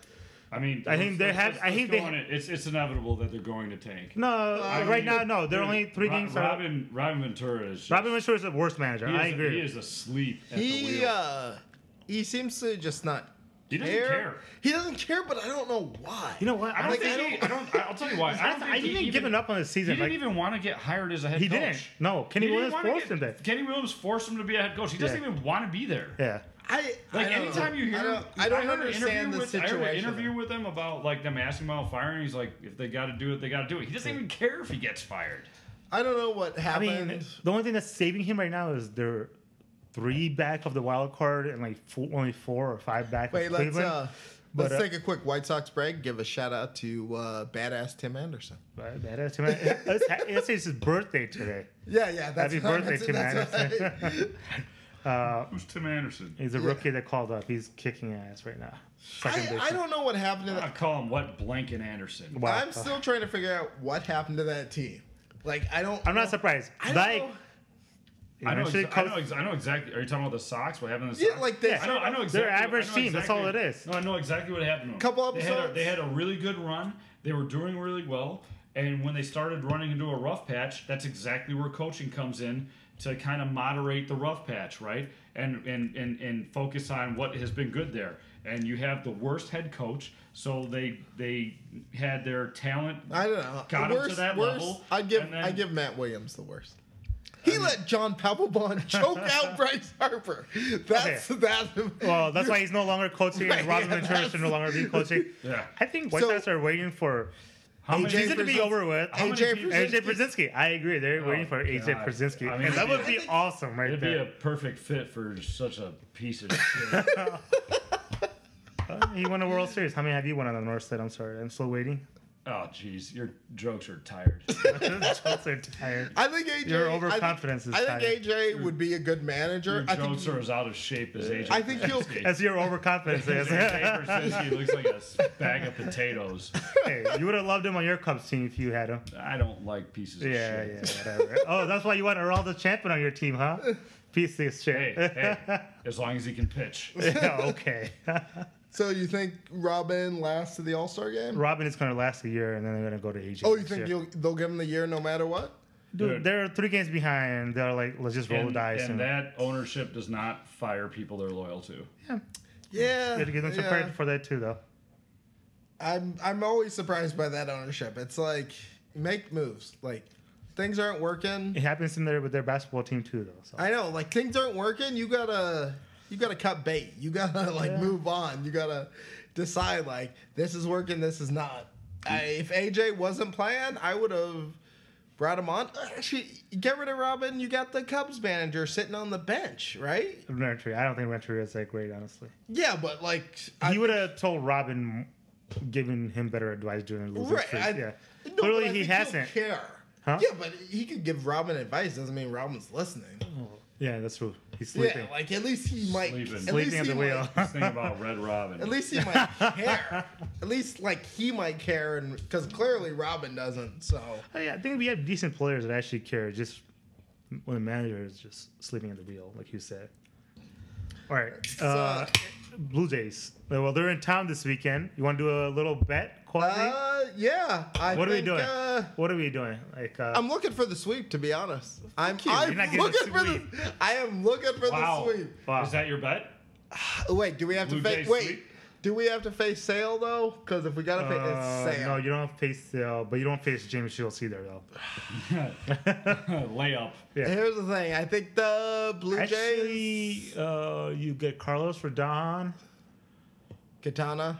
Speaker 4: I mean,
Speaker 3: I think
Speaker 4: let's-
Speaker 3: they
Speaker 4: let's-
Speaker 3: have-
Speaker 4: let's-
Speaker 3: I
Speaker 4: let's
Speaker 3: think
Speaker 4: go
Speaker 3: they-
Speaker 4: on it. It's it's inevitable that they're going to tank.
Speaker 3: no,
Speaker 2: I
Speaker 3: right
Speaker 2: mean,
Speaker 3: now no. They're
Speaker 4: Dude,
Speaker 3: only three
Speaker 4: Ro-
Speaker 3: games. out.
Speaker 4: Robin Robin Ventura is just,
Speaker 3: Robin Winshore is the worst manager.
Speaker 4: he is,
Speaker 3: I agree.
Speaker 4: He is asleep at the
Speaker 2: he
Speaker 4: wheel.
Speaker 2: uh, he seems to just not.
Speaker 4: He doesn't care.
Speaker 2: He doesn't care, but I don't know why.
Speaker 3: You know what?
Speaker 4: I
Speaker 3: I don't
Speaker 4: don't
Speaker 2: Like,
Speaker 4: think
Speaker 2: I
Speaker 4: he, I don't. I'll tell you why. I don't think
Speaker 3: I
Speaker 4: he
Speaker 3: think
Speaker 4: even
Speaker 3: he's given up on the
Speaker 4: He
Speaker 3: season.
Speaker 4: didn't
Speaker 3: Like,
Speaker 4: even want to get hired as a head
Speaker 3: He
Speaker 4: coach.
Speaker 3: didn't. No, Kenny
Speaker 4: He didn't
Speaker 3: Williams
Speaker 4: wanna
Speaker 3: forced
Speaker 4: get-
Speaker 3: him there.
Speaker 4: Kenny Williams forced him to be a head coach. He doesn't
Speaker 3: Yeah.
Speaker 4: even want to be there.
Speaker 3: yeah.
Speaker 2: I
Speaker 4: Like
Speaker 2: I don't
Speaker 4: anytime
Speaker 2: know.
Speaker 4: you hear,
Speaker 2: I don't, I don't
Speaker 4: heard an
Speaker 2: understand
Speaker 4: interview
Speaker 2: the
Speaker 4: with, I heard an
Speaker 2: situation.
Speaker 4: interview with him about like them asking about firing. He's like, if they got to do it, they got to do it. He doesn't even care if he gets fired.
Speaker 2: I don't know what
Speaker 3: I
Speaker 2: happened.
Speaker 3: mean, the only thing that's saving him right now is they're three back of the wild card and like four, only four or five back.
Speaker 2: Wait,
Speaker 3: of
Speaker 2: let's
Speaker 3: Cleveland.
Speaker 2: uh, let's
Speaker 3: But, uh,
Speaker 2: take a quick White Sox break. Give a shout out to uh, badass Tim Anderson.
Speaker 3: But that is too much. It's, it's his birthday today.
Speaker 2: Yeah, yeah. That's
Speaker 3: Happy birthday, Tim Anderson.
Speaker 4: Who's Tim Anderson?
Speaker 3: He's a rookie that called up. He's kicking ass right now. Second
Speaker 2: I,
Speaker 3: baseman.
Speaker 2: I don't know what happened to
Speaker 4: I
Speaker 2: that.
Speaker 4: call him what blank and Anderson.
Speaker 3: Wow.
Speaker 2: I'm still trying to figure out what happened to that team. Like I don't.
Speaker 3: I'm not surprised.
Speaker 2: I don't
Speaker 3: like,
Speaker 2: know.
Speaker 4: I know,
Speaker 3: eventually
Speaker 4: exa- I,
Speaker 3: coach-
Speaker 4: know ex- I know exactly. Are you talking about the Sox? What happened to the
Speaker 2: Yeah,
Speaker 4: Sox?
Speaker 2: like they-
Speaker 4: I know, I know exactly.
Speaker 3: They're average
Speaker 4: I know
Speaker 3: team, that's all
Speaker 4: exactly-
Speaker 3: it is.
Speaker 4: No, I know exactly what happened to them.
Speaker 2: Couple
Speaker 4: They had, a,
Speaker 2: episodes.
Speaker 4: they had a really good run. They were doing really well. And when they started running into a rough patch, that's exactly where coaching comes in to kind of moderate the rough patch, right? And and, and and focus on what has been good there. And you have the worst head coach, so they they had their talent.
Speaker 2: I don't know.
Speaker 4: Got him to
Speaker 2: worst,
Speaker 4: that
Speaker 2: worst,
Speaker 4: level,
Speaker 2: I'd give
Speaker 4: and then-
Speaker 2: I'd give Matt Williams the worst. He let John Papelbon choke out Bryce Harper. That's that's
Speaker 3: Well, that's why he's no longer coaching,
Speaker 2: Right,
Speaker 3: and Robin
Speaker 2: yeah,
Speaker 3: Ventura should no longer be coaching.
Speaker 4: Yeah.
Speaker 3: I think White
Speaker 2: So-
Speaker 3: Sox are waiting for
Speaker 4: How many-
Speaker 3: season to be
Speaker 2: Brzezinski-
Speaker 3: over with.
Speaker 4: How many
Speaker 2: AJ
Speaker 4: people-
Speaker 3: AJ Brzezinski. I agree. They're waiting for AJ
Speaker 4: Oh, God.
Speaker 3: Brzezinski,
Speaker 4: I mean,
Speaker 3: and that
Speaker 4: it'd
Speaker 3: would
Speaker 4: be
Speaker 3: be awesome right
Speaker 4: It'd be a
Speaker 3: there.
Speaker 4: perfect fit for such a piece of shit.
Speaker 3: Oh, Uh, he won a World Series. How many have you won on the North side? I'm sorry, I'm still waiting.
Speaker 4: Oh, jeez, your jokes are tired.
Speaker 3: Jokes are tired.
Speaker 2: I think AJ.
Speaker 3: Your overconfidence
Speaker 2: I
Speaker 3: is
Speaker 2: think, I
Speaker 3: tied.
Speaker 2: think AJ would be a good
Speaker 4: Your
Speaker 2: manager. I think.
Speaker 4: jokes are as out of shape as AJ.
Speaker 2: I think he'll.
Speaker 3: As your overconfidence is.
Speaker 4: Jay Brzezinski looks like a s- bag of potatoes.
Speaker 3: hey, you would have loved him on your Cubs team if you had him.
Speaker 4: I don't like pieces of
Speaker 3: Yeah,
Speaker 4: Oh, shit.
Speaker 3: yeah, whatever. oh, that's why you want Geraldo Champion on your team, huh? Piece of shit.
Speaker 4: Hey, hey, as long as he can pitch.
Speaker 3: Yeah, okay.
Speaker 2: So you think Robin lasts to the All Star game?
Speaker 3: Robin is going to last a year, and then they're going to go to AJ.
Speaker 2: Oh, you
Speaker 3: next
Speaker 2: think
Speaker 3: year.
Speaker 2: you'll, they'll give him the year no matter what?
Speaker 3: Dude, they're three games behind. They're like, let's just roll
Speaker 4: And,
Speaker 3: the dice.
Speaker 4: and that ownership does not fire people they're loyal to.
Speaker 3: yeah,
Speaker 2: Yeah.
Speaker 3: you have to give them some
Speaker 2: yeah.
Speaker 3: credit for that too, though.
Speaker 2: I'm I'm always surprised by that ownership. It's like make moves. Like things aren't working.
Speaker 3: It happens in there with their basketball team too, though. So.
Speaker 2: I know. Like things aren't working. You gotta you gotta cut bait. You gotta like move on. You gotta decide like this is working. This is not. I, if AJ wasn't playing, I would have brought him on. Uh, Actually, get rid of Robin. You got the Cubs manager sitting on the bench, right?
Speaker 3: Renteria, I don't think Renteria is that great, honestly.
Speaker 2: Yeah, but like
Speaker 3: he would have told Robin, given him better advice during the losing
Speaker 2: Right.
Speaker 3: streak.
Speaker 2: I,
Speaker 3: yeah,
Speaker 2: no, but
Speaker 3: clearly
Speaker 2: I
Speaker 3: he
Speaker 2: think he'll
Speaker 3: hasn't.
Speaker 2: Care.
Speaker 3: Huh?
Speaker 2: Yeah, but he could give Robin advice. Doesn't mean Robin's listening.
Speaker 3: Yeah, that's true. He's sleeping.
Speaker 2: Yeah, like at least he might.
Speaker 4: Sleeping.
Speaker 2: At
Speaker 3: sleeping
Speaker 2: least
Speaker 3: at
Speaker 2: he
Speaker 3: the wheel.
Speaker 2: Might,
Speaker 4: Just think about Red Robin.
Speaker 2: at least he might care. At least like he might care, and because clearly Robin doesn't. So
Speaker 3: Oh, yeah, I think we have decent players that actually care. Just when the manager is just sleeping at the wheel, like you said. All right, uh, Blue Jays. Well, they're in town this weekend. You want to do a little bet, Quasi?
Speaker 2: uh, yeah. I
Speaker 3: what are we
Speaker 2: think,
Speaker 3: doing?
Speaker 2: Uh,
Speaker 3: what are we doing? Like, uh,
Speaker 2: I'm looking for the sweep, to be honest. I'm,
Speaker 3: you. You're
Speaker 2: I'm
Speaker 3: not getting a
Speaker 2: looking for the. I am looking for
Speaker 4: wow.
Speaker 2: the sweep.
Speaker 3: Wow.
Speaker 4: Is that your bet?
Speaker 2: Oh, Wait, do we have
Speaker 4: Blue
Speaker 2: to face?
Speaker 4: Jays
Speaker 2: Wait,
Speaker 4: sweep?
Speaker 2: do we have to face Sale though? Because if we gotta face,
Speaker 3: uh,
Speaker 2: it's Sale.
Speaker 3: no, you don't face uh, but you don't face James Shields either, though.
Speaker 4: Layup.
Speaker 2: Here's the thing. I think the Blue Jays
Speaker 3: Actually, uh, you get Carlos Rodon.
Speaker 2: Katana.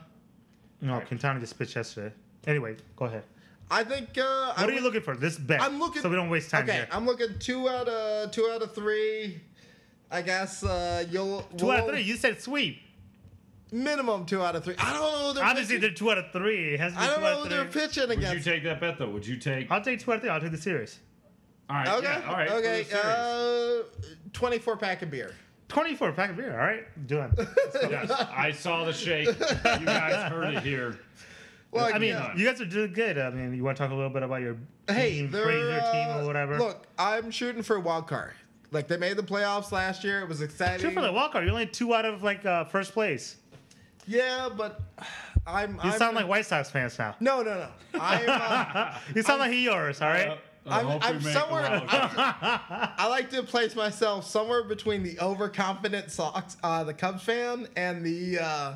Speaker 3: No, Quintana just pitched yesterday. Anyway, go ahead.
Speaker 2: I think. Uh,
Speaker 3: What
Speaker 2: I
Speaker 3: are you
Speaker 2: would-
Speaker 3: looking for? This bet.
Speaker 2: I'm looking.
Speaker 3: So we don't waste time
Speaker 2: Okay,
Speaker 3: here.
Speaker 2: I'm looking two out of two out of three. I guess uh, you'll
Speaker 3: 2 out of
Speaker 2: we'll-
Speaker 3: three. You said sweep.
Speaker 2: minimum two out of three. I don't know. who They're
Speaker 3: Obviously, they're
Speaker 2: pitching.
Speaker 3: two out of three. It has to be
Speaker 2: I don't
Speaker 3: two
Speaker 2: know.
Speaker 3: out
Speaker 2: who
Speaker 3: of
Speaker 2: They're
Speaker 3: three.
Speaker 2: pitching
Speaker 4: Would you
Speaker 2: against.
Speaker 4: take that bet though? Would you take? All
Speaker 3: I'll take two out of three. I'll take the series.
Speaker 4: right.
Speaker 2: okay.
Speaker 4: Yeah, all right. for the
Speaker 2: Okay.
Speaker 4: series.
Speaker 2: Uh, Twenty-four pack of beer.
Speaker 3: 24 pack of beer. All right, doing.
Speaker 4: Yes, I saw the shake. You guys heard it here. uh,
Speaker 2: Like,
Speaker 3: I mean,
Speaker 2: yeah.
Speaker 3: you guys are doing good. I mean, you want to talk a little bit about your
Speaker 2: hey,
Speaker 3: team,
Speaker 2: they're,
Speaker 3: praise your team
Speaker 2: uh,
Speaker 3: or whatever.
Speaker 2: Look, I'm shooting for a wild card. Like they made the playoffs last year. It was exciting.
Speaker 3: Shoot for the walkout. You're only two out of like uh, first place.
Speaker 2: Yeah, but I'm.
Speaker 3: You
Speaker 2: I'm,
Speaker 3: sound like White Sox fans now.
Speaker 2: No, no, no. I'm. Uh,
Speaker 3: You sound like he yours. All right.
Speaker 4: Uh, I
Speaker 2: I'm,
Speaker 4: hope we
Speaker 2: I'm
Speaker 4: make the
Speaker 2: somewhere.
Speaker 4: wild card.
Speaker 2: I'm, I like to place myself somewhere between the overconfident Sox, uh, the Cubs fan, and the uh,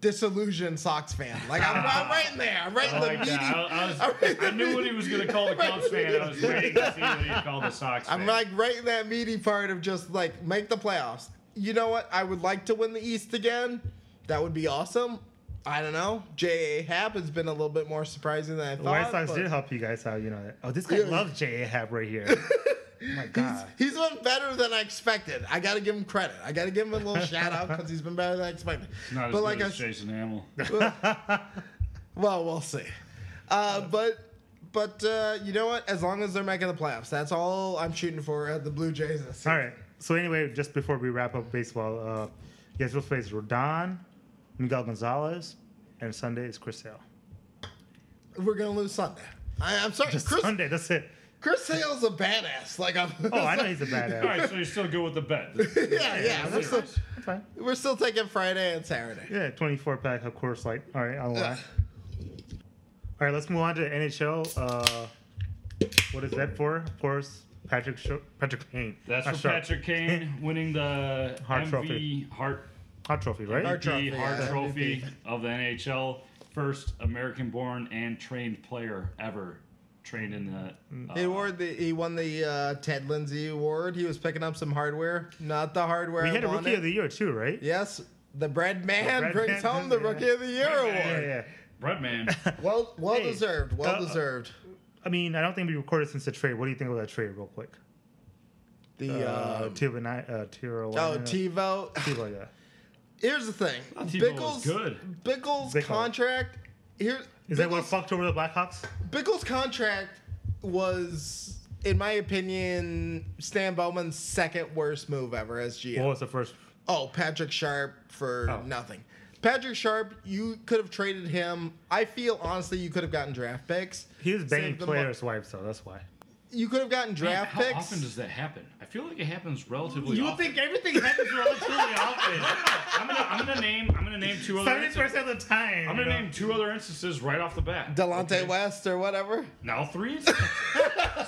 Speaker 2: disillusioned Sox fan. Like I'm, I'm right in there. I'm right in the
Speaker 4: Like
Speaker 2: medium.
Speaker 4: that. I, I was-
Speaker 2: I'm right in the
Speaker 4: I knew what he
Speaker 2: meaty-
Speaker 4: was going to call the
Speaker 2: Right.
Speaker 4: Cubs fan. I was waiting to see what he called the Sox fan.
Speaker 2: I'm like right in that meaty part of just like make the playoffs. You know what? I would like to win the East again. That would be awesome. I don't know. J.A. Happ has been a little bit more surprising than I
Speaker 3: The
Speaker 2: thought.
Speaker 3: White Sox
Speaker 2: but-
Speaker 3: did help you guys out. You know that. Oh, this guy
Speaker 2: Yeah.
Speaker 3: loves J.A. Happ right here. oh my
Speaker 2: He's,
Speaker 3: God.
Speaker 2: he's been better than I expected. I gotta give him credit. I gotta give him a little shout out because he's been better than I expected.
Speaker 4: Not as
Speaker 2: but
Speaker 4: good
Speaker 2: like I,
Speaker 4: as
Speaker 2: s-
Speaker 4: Jason Hamill.
Speaker 2: well, we'll see. Uh, but but uh, you know what? As long as they're making the playoffs, that's all I'm shooting for at the Blue Jays. This season.
Speaker 3: All right. So anyway, just before we wrap up baseball, uh, you guys will face Rodon, Miguel Gonzalez, and Sunday is Chris Sale.
Speaker 2: we're gonna lose Sunday. I, I'm sorry,
Speaker 3: Just
Speaker 2: Chris.
Speaker 3: Sunday. That's it.
Speaker 2: Chris Sale's a badass. Like I'm.
Speaker 3: Oh, I know he's a badass.
Speaker 4: All right, so you're still good with the bet.
Speaker 2: yeah, yeah. We're still,
Speaker 3: That's fine.
Speaker 2: we're still taking Friday and Saturday.
Speaker 3: Yeah, 24 pack, of course. Like, all right, I'll lie. All right, let's move on to NHL. Uh, what is that for? Of course, Patrick Sho Patrick Kane.
Speaker 4: That's
Speaker 3: Not
Speaker 4: for
Speaker 3: Sho-
Speaker 4: Patrick Kane winning the
Speaker 3: Hart
Speaker 4: MV
Speaker 3: Trophy.
Speaker 4: Hart
Speaker 3: Hart Trophy, right?
Speaker 2: Hart- Trophy,
Speaker 4: Trophy, Hart
Speaker 2: yeah,
Speaker 4: Trophy
Speaker 2: MVP.
Speaker 4: of the NHL. First American-born and trained player ever trained in the. Uh,
Speaker 2: He award the he won the uh, Ted Lindsay Award. He was picking up some hardware, not the hardware.
Speaker 3: we
Speaker 2: I
Speaker 3: had a
Speaker 2: wanted.
Speaker 3: Rookie of the Year too, right?
Speaker 2: Yes, the bread man
Speaker 3: bread
Speaker 2: brings
Speaker 3: man,
Speaker 2: home the
Speaker 3: yeah.
Speaker 2: Rookie of the Year
Speaker 4: Bread man.
Speaker 3: yeah,
Speaker 2: award.
Speaker 3: yeah.
Speaker 4: Breadman.
Speaker 2: Well, well
Speaker 3: Hey,
Speaker 2: deserved. Well
Speaker 3: uh,
Speaker 2: deserved.
Speaker 3: I mean, I don't think we recorded since the trade. What do you think of that trade, real quick?
Speaker 2: The
Speaker 3: Uh,
Speaker 2: uh,
Speaker 3: Tiro, uh, Tiro,
Speaker 2: oh TiVo.
Speaker 3: Tiro, yeah.
Speaker 2: Here's the thing.
Speaker 4: Tebow was good.
Speaker 2: Bickle's
Speaker 3: Bickle.
Speaker 2: contract here
Speaker 3: Is that what fucked over the Blackhawks?
Speaker 2: Bickle's contract was, in my opinion, Stan Bowman's second worst move ever as GM.
Speaker 3: What was the first?
Speaker 2: Oh, Patrick Sharp for
Speaker 3: Oh.
Speaker 2: nothing. Patrick Sharp, you could have traded him. I feel honestly, you could have gotten draft picks.
Speaker 3: He was banging
Speaker 2: Saved them up.
Speaker 3: players' wives, though. That's why.
Speaker 2: You could have gotten
Speaker 4: Man,
Speaker 2: draft
Speaker 4: how
Speaker 2: picks.
Speaker 4: often does that happen? I feel like it happens relatively
Speaker 3: You
Speaker 4: often.
Speaker 3: think everything happens relatively often?
Speaker 4: I'm gonna I'm gonna name I'm gonna name two other
Speaker 3: Seventy
Speaker 4: instances.
Speaker 3: percent of the time.
Speaker 4: I'm
Speaker 3: you
Speaker 4: gonna
Speaker 3: know?
Speaker 4: name two other instances right off the bat.
Speaker 2: Delonte West or whatever.
Speaker 4: Now three instances.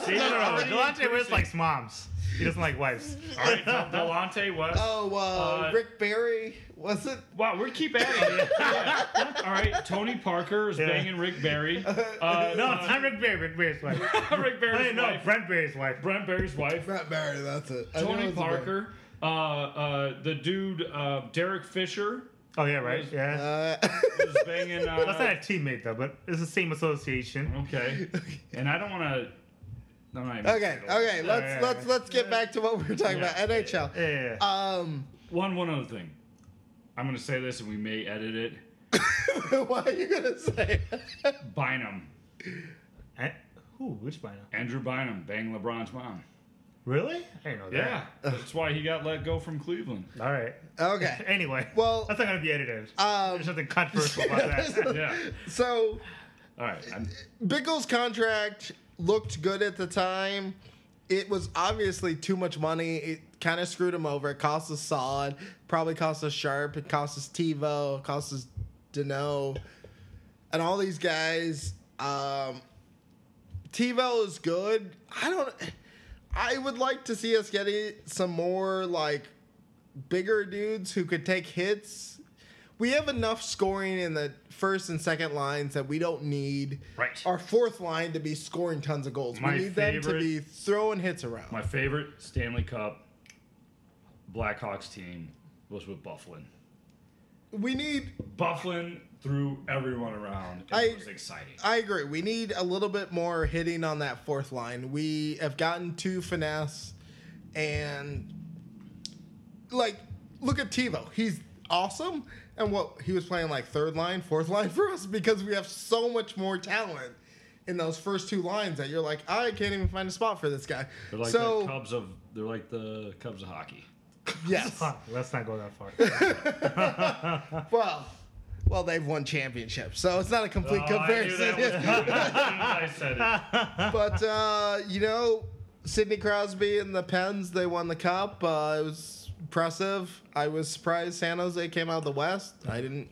Speaker 4: See,
Speaker 3: No,
Speaker 4: they're
Speaker 3: no, no.
Speaker 4: already
Speaker 3: Delonte West
Speaker 4: increasing.
Speaker 3: likes moms. He doesn't like wives.
Speaker 4: All right, Del- Delonte West.
Speaker 2: Oh, uh,
Speaker 4: Uh,
Speaker 2: Rick Barry was it?
Speaker 4: Wow, we keep adding. it. All right, Tony Parker is
Speaker 3: Yeah.
Speaker 4: banging Rick Barry. Uh,
Speaker 3: No, it's not Rick Barry. Rick Barry's wife.
Speaker 4: Rick
Speaker 3: I
Speaker 4: Barry's
Speaker 3: mean, no,
Speaker 4: wife.
Speaker 3: Brent Barry's wife.
Speaker 4: Brent Barry's wife.
Speaker 2: Brett Barry. That's it. I knew it
Speaker 4: Tony
Speaker 2: was a Barry.
Speaker 4: Parker. Uh, uh, the dude uh, Derek Fisher
Speaker 3: Oh yeah, right.
Speaker 4: Where's-
Speaker 3: Yeah.
Speaker 2: Uh,
Speaker 4: is banging. Uh,
Speaker 3: That's not a teammate though, but it's the same association.
Speaker 4: Okay. And I don't want to.
Speaker 2: okay, okay. Let's
Speaker 3: yeah,
Speaker 2: let's
Speaker 3: yeah.
Speaker 2: let's get back to what we were talking
Speaker 4: Yeah.
Speaker 2: about. NHL.
Speaker 3: Yeah.
Speaker 2: Um,
Speaker 4: One one other thing. I'm gonna say this, and we may edit it.
Speaker 2: why are you gonna say? it?
Speaker 4: Bynum,
Speaker 3: And, who? Which by now?
Speaker 4: Andrew Bynum, bang LeBron's mom.
Speaker 3: Really? I didn't know that.
Speaker 4: Yeah, that's why he got let go from Cleveland.
Speaker 3: All right.
Speaker 2: okay.
Speaker 3: Anyway.
Speaker 2: Well-
Speaker 3: that's not gonna be edited.
Speaker 2: Um,
Speaker 3: There's nothing controversial about that.
Speaker 4: Yeah.
Speaker 2: So
Speaker 4: All right. I'm,
Speaker 2: Bickle's contract looked good at the time. It was obviously too much money. It kind of screwed him over. It cost us Solid, probably cost us Sharp, it cost us TiVo, it cost us Dano, and all these guys. Um, TiVo is good. I don't. I would like to see us getting some more like bigger dudes who could take hits. We have enough scoring in the first and second lines that we don't need
Speaker 4: Right.
Speaker 2: our fourth line to be scoring tons of goals.
Speaker 4: My
Speaker 2: we need them to
Speaker 4: favorite-
Speaker 2: be throwing hits around.
Speaker 4: my favorite Stanley Cup Blackhawks team was with Bufflin.
Speaker 2: we need
Speaker 4: Bufflin threw everyone around. And
Speaker 2: I-
Speaker 4: it was exciting.
Speaker 2: I agree. We need a little bit more hitting on that fourth line. We have gotten too finesse and like look at TiVo. He's awesome and what he was playing like third line, fourth line for us because we have so much more talent in those first two lines that you're like, I can't even find a spot for this guy.
Speaker 4: They're like the
Speaker 2: so
Speaker 4: Cubs of they're like the Cubs of hockey.
Speaker 2: yes.
Speaker 3: Huh, let's not go that far.
Speaker 2: Well well they've won championships, so it's not a
Speaker 4: Oh,
Speaker 2: complete comparison.
Speaker 4: I said it.
Speaker 2: but uh, you know, Sidney Crosby and the Pens, they won the cup. Uh, it was impressive. I was surprised San Jose came out of the West. I didn't,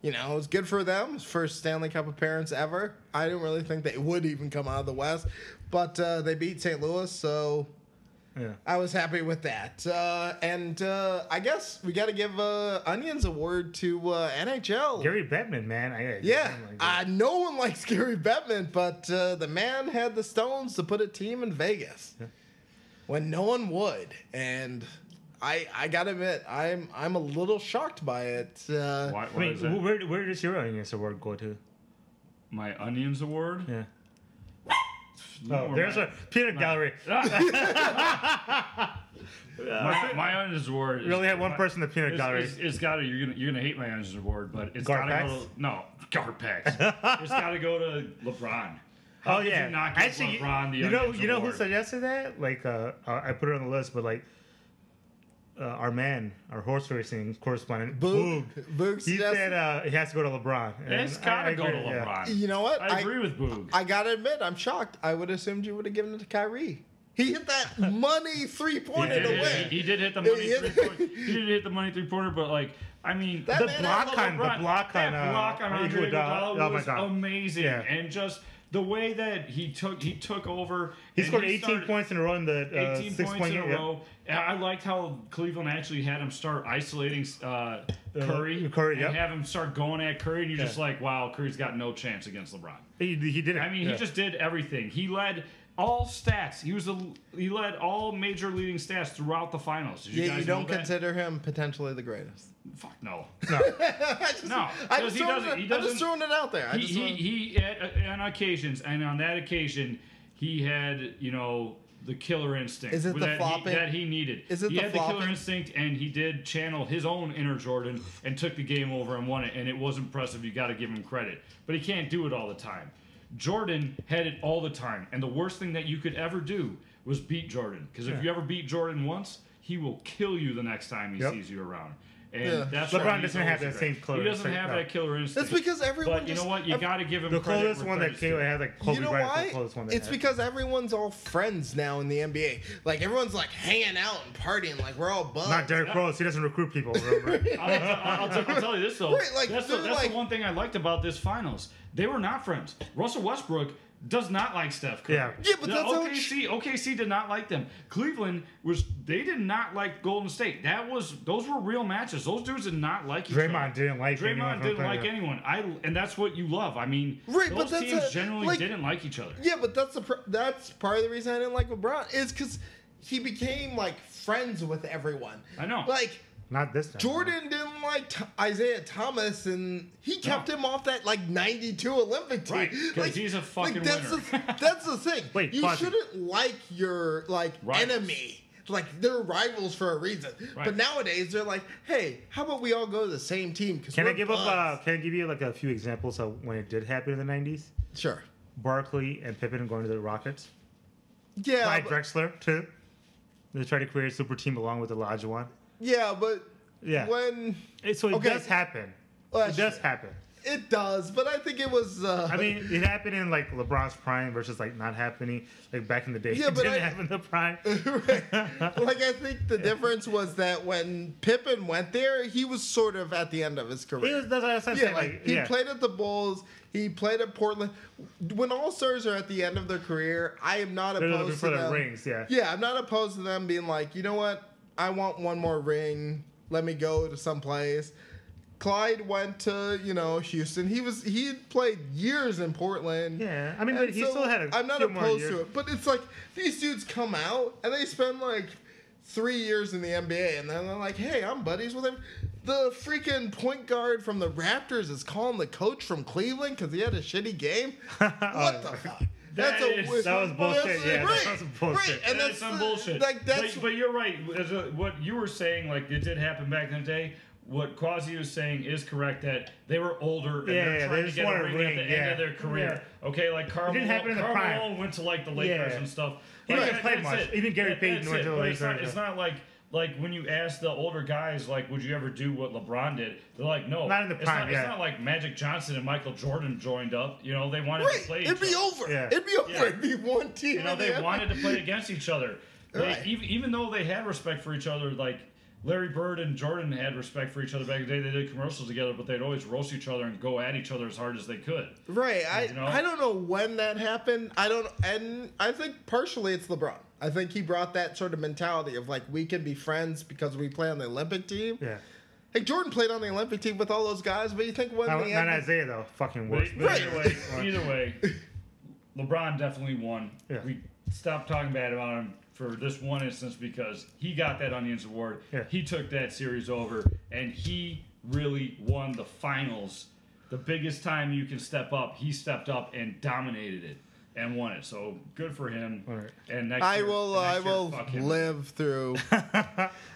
Speaker 2: you know, it was good for them. It was First Stanley Cup appearance ever. I didn't really think they would even come out of the West, but uh, they beat St. Louis, so
Speaker 3: Yeah.
Speaker 2: I was happy with that. Uh, and uh, I guess we got to give uh, Onions award to uh, NHL.
Speaker 3: Gary Bettman, man. I gotta give
Speaker 2: Yeah,
Speaker 4: Oh
Speaker 3: him like that.
Speaker 2: uh, no one likes Gary Bettman, but uh, the man had the stones to put a team in Vegas when no one would, and I I gotta admit I'm I'm a little shocked by it. Uh,
Speaker 4: Why,
Speaker 3: I
Speaker 4: why
Speaker 3: mean,
Speaker 4: is that?
Speaker 3: wh- where, where does your Onions Award go to?
Speaker 4: My onions award.
Speaker 3: Yeah.
Speaker 4: You know
Speaker 3: Oh,
Speaker 4: where
Speaker 3: there's
Speaker 4: my-
Speaker 3: a peanut gallery.
Speaker 4: my, my onions award. Is,
Speaker 3: We only had one
Speaker 4: my-
Speaker 3: person in the peanut
Speaker 4: It's,
Speaker 3: gallery.
Speaker 4: it's- it's gotta you're gonna you're gonna hate my onions award, but it's
Speaker 3: Guard
Speaker 4: gotta go
Speaker 3: packs?
Speaker 4: to no guard packs. it's gotta go to LeBron. How
Speaker 3: oh
Speaker 4: could you
Speaker 3: yeah,
Speaker 4: not give
Speaker 3: actually,
Speaker 4: LeBron the
Speaker 3: you know,
Speaker 4: Onions
Speaker 3: you know who
Speaker 4: Award?
Speaker 3: suggested that? Like, uh, uh, I put it on the list, but like, uh, our man, our horse racing correspondent,
Speaker 2: Boog,
Speaker 3: Boog,
Speaker 2: Boog
Speaker 3: he
Speaker 2: suggested-
Speaker 3: said uh, it has to go to LeBron. And
Speaker 4: It's gotta
Speaker 3: I- I
Speaker 4: go to
Speaker 3: agree, yeah.
Speaker 4: LeBron.
Speaker 2: You know what?
Speaker 4: I, agree with Boog.
Speaker 2: I gotta admit I'm shocked. I would assumed you would have given it to Kyrie. He hit that money three pointer
Speaker 4: he,
Speaker 2: to
Speaker 4: did
Speaker 2: win.
Speaker 4: hit, he did hit the money
Speaker 2: hit-
Speaker 4: three pointer. He did hit the money three pointer, but like I mean,
Speaker 2: That
Speaker 4: the
Speaker 2: man
Speaker 4: block
Speaker 2: had
Speaker 3: the
Speaker 4: on the
Speaker 3: LeBron-
Speaker 4: block
Speaker 3: that
Speaker 4: on
Speaker 3: block
Speaker 4: block on
Speaker 3: on Iguodala,
Speaker 4: Andre Iguodala
Speaker 3: oh my
Speaker 4: was
Speaker 3: God.
Speaker 4: amazing,
Speaker 3: Yeah.
Speaker 4: and just the way that he took he took over.
Speaker 3: He
Speaker 4: and
Speaker 3: scored 18
Speaker 4: started-
Speaker 3: points in a row in the uh,
Speaker 4: 18
Speaker 3: six
Speaker 4: points
Speaker 3: point
Speaker 4: in
Speaker 3: game.
Speaker 4: a row. And I liked how Cleveland actually had him start isolating uh, Curry,
Speaker 3: Curry,
Speaker 4: and
Speaker 3: yep.
Speaker 4: have him start going at Curry, and you're just like, wow, Curry's got no chance against LeBron.
Speaker 3: He, he did it.
Speaker 4: I mean,
Speaker 3: yeah.
Speaker 4: he just did everything. He led all stats. He was the he led all major leading stats throughout the finals. Did you
Speaker 2: yeah,
Speaker 4: guys
Speaker 2: you don't
Speaker 4: know that?
Speaker 2: consider him potentially the greatest.
Speaker 4: Fuck no.
Speaker 2: I just,
Speaker 4: No,
Speaker 2: I
Speaker 4: because
Speaker 2: just
Speaker 4: he
Speaker 2: throwing
Speaker 4: doesn't-
Speaker 2: it-
Speaker 4: he
Speaker 2: I'm just
Speaker 4: doesn't-
Speaker 2: throwing it out there. I
Speaker 4: he
Speaker 2: just
Speaker 4: he, uh,
Speaker 2: wanna-
Speaker 4: he at, on occasions, and on that occasion, he had you know the killer instinct.
Speaker 2: Is it the
Speaker 4: that
Speaker 2: flopping?
Speaker 4: He, that he needed.
Speaker 2: Is it
Speaker 4: he
Speaker 2: the
Speaker 4: had the killer
Speaker 2: flopping?
Speaker 4: instinct, and he did channel his own inner Jordan and took the game over and won it. And it was impressive. You got to give him credit, but he can't do it all the time. Jordan had it all the time, and the worst thing that you could ever do was beat Jordan. Because if
Speaker 3: Yeah.
Speaker 4: you ever beat Jordan once, he will kill you the next time he
Speaker 3: Yep.
Speaker 4: sees you around. And
Speaker 2: Yeah.
Speaker 4: that's
Speaker 3: LeBron
Speaker 4: why he's
Speaker 3: doesn't have
Speaker 4: always
Speaker 3: that
Speaker 4: great.
Speaker 3: same killer
Speaker 4: He doesn't
Speaker 3: instinct,
Speaker 4: have
Speaker 3: no.
Speaker 4: that killer instinct.
Speaker 2: That's because everyone
Speaker 4: But you know
Speaker 2: just-
Speaker 4: what? You
Speaker 2: ev-
Speaker 4: got to give him
Speaker 3: The
Speaker 4: credit
Speaker 3: closest
Speaker 4: where
Speaker 3: one that
Speaker 4: credit's
Speaker 3: came,
Speaker 4: due.
Speaker 3: I had like Kobe
Speaker 2: you know
Speaker 3: Bryant was
Speaker 2: why?
Speaker 3: the closest one. That
Speaker 2: It's
Speaker 3: had.
Speaker 2: because everyone's all friends now in the NBA. Like everyone's like hanging out and partying. Like we're all buds.
Speaker 3: not Derrick Rose. He doesn't recruit people. Remember?
Speaker 4: I'll, I'll, I'll, I'll tell you this though.
Speaker 2: Right, like,
Speaker 4: that's the,
Speaker 2: they're
Speaker 4: that's
Speaker 2: like-
Speaker 4: the one thing I liked about this finals. They were not friends. Russell Westbrook does not like Steph Curry.
Speaker 3: Yeah.
Speaker 2: Yeah, but
Speaker 4: The
Speaker 2: that's how it
Speaker 4: OKC. OKC did not like them. Cleveland was. They did not like Golden State. That was. Those were real matches. Those dudes did not like each other.
Speaker 3: Draymond didn't like. anyone
Speaker 4: Draymond
Speaker 3: from
Speaker 4: didn't
Speaker 3: Thunder.
Speaker 4: like anyone. I and that's what you love. I mean,
Speaker 2: Right, but
Speaker 4: those
Speaker 2: that's
Speaker 4: teams
Speaker 2: a-
Speaker 4: generally
Speaker 2: like-
Speaker 4: didn't like each other.
Speaker 2: Yeah, but that's the pr- that's part of the reason I didn't like LeBron is because he became like friends with everyone.
Speaker 4: I know.
Speaker 2: Like
Speaker 3: Not this time.
Speaker 2: Jordan didn't like T- Isaiah Thomas, and he kept him off that like '92 Olympic team.
Speaker 4: Right, 'cause
Speaker 2: Like
Speaker 4: he's a fucking
Speaker 2: that's
Speaker 4: winner.
Speaker 2: The, that's the thing.
Speaker 3: Wait,
Speaker 2: you
Speaker 3: pause it.
Speaker 2: shouldn't like your like
Speaker 4: Rivals.
Speaker 2: enemy. Like they're rivals for a reason.
Speaker 4: Right.
Speaker 2: But nowadays they're like, hey, how about we all go to the same team? Cause
Speaker 3: Can I
Speaker 2: we're
Speaker 3: give up? Uh,
Speaker 2: buds."
Speaker 3: can I give you like a few examples of when it did happen in the '90s?
Speaker 2: sure.
Speaker 3: Barkley and Pippen going to the Rockets.
Speaker 2: Yeah.
Speaker 3: Clyde
Speaker 2: but-
Speaker 3: Drexler too. They tried to create a super team along with Olajuwon.
Speaker 2: yeah, but
Speaker 3: Yeah.
Speaker 2: when
Speaker 3: It- So it
Speaker 2: Okay.
Speaker 3: does happen.
Speaker 2: Well,
Speaker 3: it
Speaker 2: that's
Speaker 3: does
Speaker 2: true.
Speaker 3: happen.
Speaker 2: it does, but I think it was. Uh,
Speaker 3: I mean, it happened in like LeBron's prime versus like not happening like back in the day.
Speaker 2: Yeah,
Speaker 3: it
Speaker 2: but
Speaker 3: didn't
Speaker 2: I-
Speaker 3: happen in the prime.
Speaker 2: like I think the difference was that when Pippen went there, he was sort of at the end of his
Speaker 3: It
Speaker 2: career.
Speaker 3: was, that's what I'm
Speaker 2: yeah,
Speaker 3: saying.
Speaker 2: like,
Speaker 3: Like,
Speaker 2: he
Speaker 3: yeah.
Speaker 2: played at the Bulls. He played at Portland. When all stars are at the end of their career, I am not
Speaker 3: They're looking
Speaker 2: opposed to
Speaker 3: for the
Speaker 2: them.
Speaker 3: rings. Yeah.
Speaker 2: Yeah, I'm not opposed to them being like, you know what? I want one more ring. Let me go to someplace. Clyde went to you know Houston. He was he had played years in Portland.
Speaker 3: Yeah, I mean,
Speaker 2: And
Speaker 3: but he
Speaker 2: so,
Speaker 3: still had a
Speaker 2: I'm not
Speaker 3: few more
Speaker 2: opposed
Speaker 3: years.
Speaker 2: to it, but it's like these dudes come out and they spend like three years in the NBA, and then they're like, "Hey, I'm buddies with him." The freaking point guard from the Raptors is calling the coach from Cleveland because he had a shitty game. What the fuck?
Speaker 4: That is-
Speaker 2: weird-
Speaker 3: Oh, that was bullshit, yeah, that
Speaker 2: right,
Speaker 3: was bullshit.
Speaker 2: Right, and
Speaker 4: That
Speaker 2: that's
Speaker 4: is some
Speaker 2: the-
Speaker 4: bullshit.
Speaker 2: Like that's
Speaker 4: but, but you're right. As a- what you were saying, like it did happen back in the day. What Quasi was saying is correct that they were older and
Speaker 3: Yeah,
Speaker 4: they're
Speaker 3: yeah,
Speaker 4: trying
Speaker 3: they
Speaker 4: to
Speaker 3: just
Speaker 4: get
Speaker 3: wanted
Speaker 4: a
Speaker 3: a
Speaker 4: ring,
Speaker 3: ring,
Speaker 4: at the
Speaker 3: yeah.
Speaker 4: end of their career. Okay, like Karl
Speaker 3: didn't happen in
Speaker 4: Malone,
Speaker 3: the
Speaker 4: Karl
Speaker 3: prime.
Speaker 4: Malone went to like the Lakers
Speaker 3: Yeah.
Speaker 4: and stuff.
Speaker 3: He
Speaker 4: Like,
Speaker 3: didn't
Speaker 4: that-
Speaker 3: play
Speaker 4: that's
Speaker 3: much.
Speaker 4: it.
Speaker 3: Even Gary
Speaker 4: That-
Speaker 3: Payton
Speaker 4: that's
Speaker 3: went
Speaker 4: it.
Speaker 3: to the
Speaker 4: But it's
Speaker 3: Lakers.
Speaker 4: not- It's not like like when you ask the older guys, like, would you ever do what LeBron did? They're like, no,
Speaker 3: Not in the
Speaker 4: It's
Speaker 3: prime,
Speaker 4: Not,
Speaker 3: yeah.
Speaker 4: It's not like Magic Johnson and Michael Jordan joined up. You know, they wanted to
Speaker 2: right.
Speaker 4: play.
Speaker 2: It'd
Speaker 4: each
Speaker 2: be
Speaker 4: other.
Speaker 2: over.
Speaker 3: Yeah.
Speaker 2: It'd be over.
Speaker 4: Yeah.
Speaker 2: It'd be one team.
Speaker 4: You know,
Speaker 2: in the
Speaker 4: they
Speaker 2: NBA.
Speaker 4: wanted to play against each other. They,
Speaker 2: Right.
Speaker 4: even, even though they had respect for each other, like Larry Bird and Jordan had respect for each other back in the day. They did commercials together, but they'd always roast each other and go at each other as hard as they could.
Speaker 2: Right. I
Speaker 4: You know?
Speaker 2: I don't know when that happened. I don't and I think partially it's LeBron. I think he brought that sort of mentality of like we can be friends because we play on the Olympic team.
Speaker 3: Yeah.
Speaker 2: Like Jordan played on the Olympic team with all those guys, but you think when
Speaker 3: Not,
Speaker 2: the
Speaker 3: not
Speaker 2: NBA
Speaker 3: Isaiah though. Fucking
Speaker 4: But
Speaker 3: worse.
Speaker 4: but
Speaker 2: Right.
Speaker 4: either way, either way, LeBron definitely won.
Speaker 3: Yeah.
Speaker 4: We stopped talking bad about him for this one instance because he got that Onions Award.
Speaker 3: Yeah.
Speaker 4: He took that series over, and he really won the finals. The biggest time you can step up, he stepped up and dominated it and won it. So good for him.
Speaker 3: All right.
Speaker 4: And next
Speaker 2: I
Speaker 4: year-
Speaker 2: will uh,
Speaker 4: and
Speaker 2: I
Speaker 4: next year,
Speaker 2: will
Speaker 4: fuck him.
Speaker 2: live through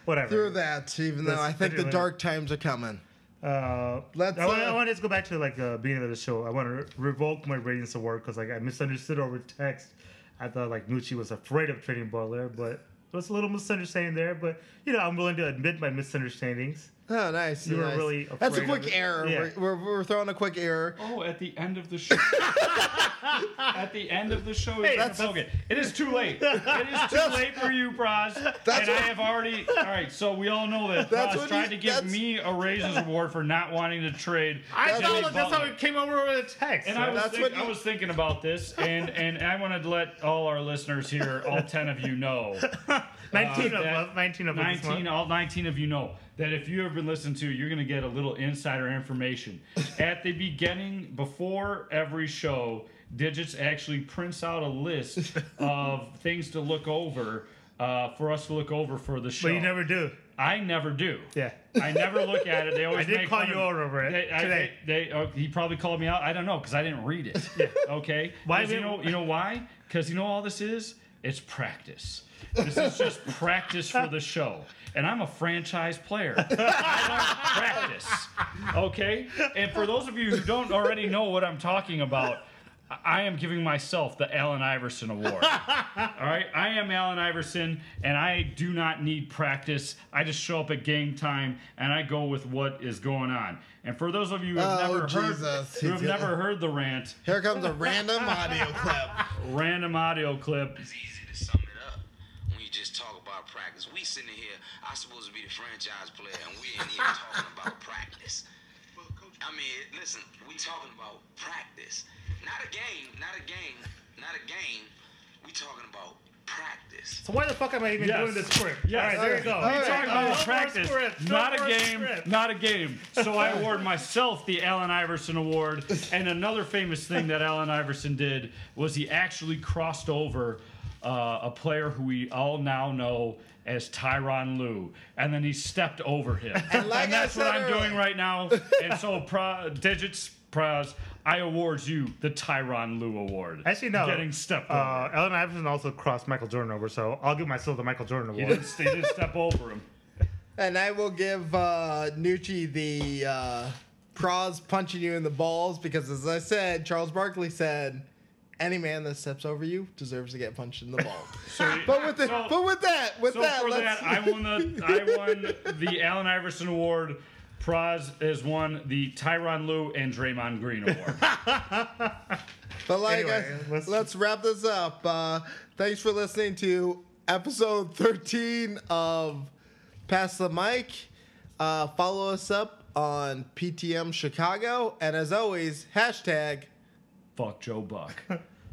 Speaker 3: Whatever.
Speaker 2: through that, even though
Speaker 3: That's
Speaker 2: I think the
Speaker 3: literally-
Speaker 2: dark times are coming.
Speaker 3: Uh,
Speaker 2: Let's,
Speaker 3: I, want,
Speaker 2: uh,
Speaker 3: I want to just go back to like the beginning of the show. I want to re- revoke my ratings award because like I misunderstood over text. I thought like Nucci was afraid of trading Butler, but there was a little misunderstanding there. But you know, I'm willing to admit my misunderstandings.
Speaker 2: Oh, nice.
Speaker 3: You were
Speaker 2: nice.
Speaker 3: really
Speaker 2: That's a
Speaker 3: afraid of
Speaker 2: quick
Speaker 3: it.
Speaker 2: error.
Speaker 3: Yeah.
Speaker 2: We're, we're, we're throwing a quick error.
Speaker 4: Oh, at the end of the show. at the end of the show, hey,
Speaker 2: that's-
Speaker 4: okay. It is too late. It is too late for you, Braz. and I have already. All right, so we all know that
Speaker 2: That's
Speaker 4: Braz
Speaker 2: what
Speaker 4: tried to
Speaker 2: he-
Speaker 4: give
Speaker 2: that's-
Speaker 4: me a raises award for not wanting to trade.
Speaker 3: I
Speaker 4: Jimmy
Speaker 3: know that's, how
Speaker 4: Butler.
Speaker 3: it came over over the text.
Speaker 4: And I was, Uh,
Speaker 2: That's
Speaker 4: think,
Speaker 2: what
Speaker 4: I
Speaker 2: you-
Speaker 4: was thinking about this, and, and I wanted to let all our listeners here, all 10 of you, know
Speaker 3: 19
Speaker 4: uh,
Speaker 3: of
Speaker 4: that-
Speaker 3: us- 19 of us this
Speaker 4: 19
Speaker 3: month.
Speaker 4: all 19 of you know that if you have been listening to you're going to get a little insider information at the beginning before every show digits actually prints out a list of things to look over uh, for us to look over for the show
Speaker 3: But you never do.
Speaker 4: i never do
Speaker 3: Yeah.
Speaker 4: I never look at it. They always
Speaker 3: I did
Speaker 4: make
Speaker 3: call
Speaker 4: fun
Speaker 3: you
Speaker 4: of-
Speaker 3: out over it
Speaker 4: They, I-
Speaker 3: today.
Speaker 4: they- they- oh, he probably called me out. I don't know because I didn't read it. Okay.
Speaker 3: Why
Speaker 4: Why? You
Speaker 3: didn't-
Speaker 4: know. You know why? Because you know all this is. It's practice. This is just practice for the show. And I'm a franchise player. I learned practice. Okay? And for those of you who don't already know what I'm talking about, I- I am giving myself the Allen Iverson Award. All right, I am Allen Iverson, and I do not need practice. I just show up at game time and I go with what is going on. And for those of you who have
Speaker 2: Oh,
Speaker 4: never
Speaker 2: Jesus.
Speaker 4: heard, who have never heard the rant,
Speaker 2: Here comes a random audio clip.
Speaker 4: random audio clip.
Speaker 5: it's easy to sum it up when you just talk about practice. We sitting here, I supposed to be the franchise player, and we ain't even talking about practice. I mean, listen, we talking about practice, not a game, not a game, not a game. We talking about practice.
Speaker 3: So why the fuck am I even
Speaker 4: Yes.
Speaker 3: doing this script?
Speaker 4: Yes.
Speaker 3: All right, there you go.
Speaker 2: All right.
Speaker 4: We
Speaker 2: Alright,
Speaker 4: talking about
Speaker 3: No
Speaker 4: practice,
Speaker 3: more script, no
Speaker 4: not a
Speaker 3: more
Speaker 4: game,
Speaker 3: script.
Speaker 4: not a game. So I award myself the Allen Iverson Award. And another famous thing that Allen Iverson did was he actually crossed over uh, a player who we all now know as Tyron Lue, and then he stepped over him. And,
Speaker 2: like I
Speaker 4: that's what
Speaker 2: said
Speaker 4: I'm
Speaker 2: earlier-
Speaker 4: doing right now. And so, pro- digits, pros, I award you the Tyron Lue Award.
Speaker 3: Actually, no.
Speaker 4: getting stepped over.
Speaker 3: Uh, Allen Iverson also crossed Michael Jordan over, so I'll give myself the Michael Jordan
Speaker 4: he,
Speaker 3: award.
Speaker 4: didn't, he didn't step over him.
Speaker 2: And I will give uh, Nucci the uh, pros punching you in the balls because, as I said, Charles Barkley said, any man that steps over you deserves to get punched in the balls. but with the,
Speaker 4: so-
Speaker 2: but with that, with
Speaker 4: So
Speaker 2: that,
Speaker 4: for
Speaker 2: let's.
Speaker 4: that, I won the I won the Allen Iverson Award. Praz has won the Tyron Lue and Draymond Green Award.
Speaker 2: but like, I-
Speaker 3: Anyway,
Speaker 2: let's,
Speaker 3: let's-
Speaker 2: wrap this up. Uh, thanks for listening to episode 13 of Pass the Mic. Uh, follow us up on PTM Chicago, and as always, hashtag.
Speaker 4: Fuck Joe Buck.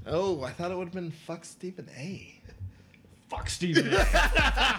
Speaker 2: Oh, I thought it would have been fuck Stephen A.
Speaker 4: Fuck Steve. Nash.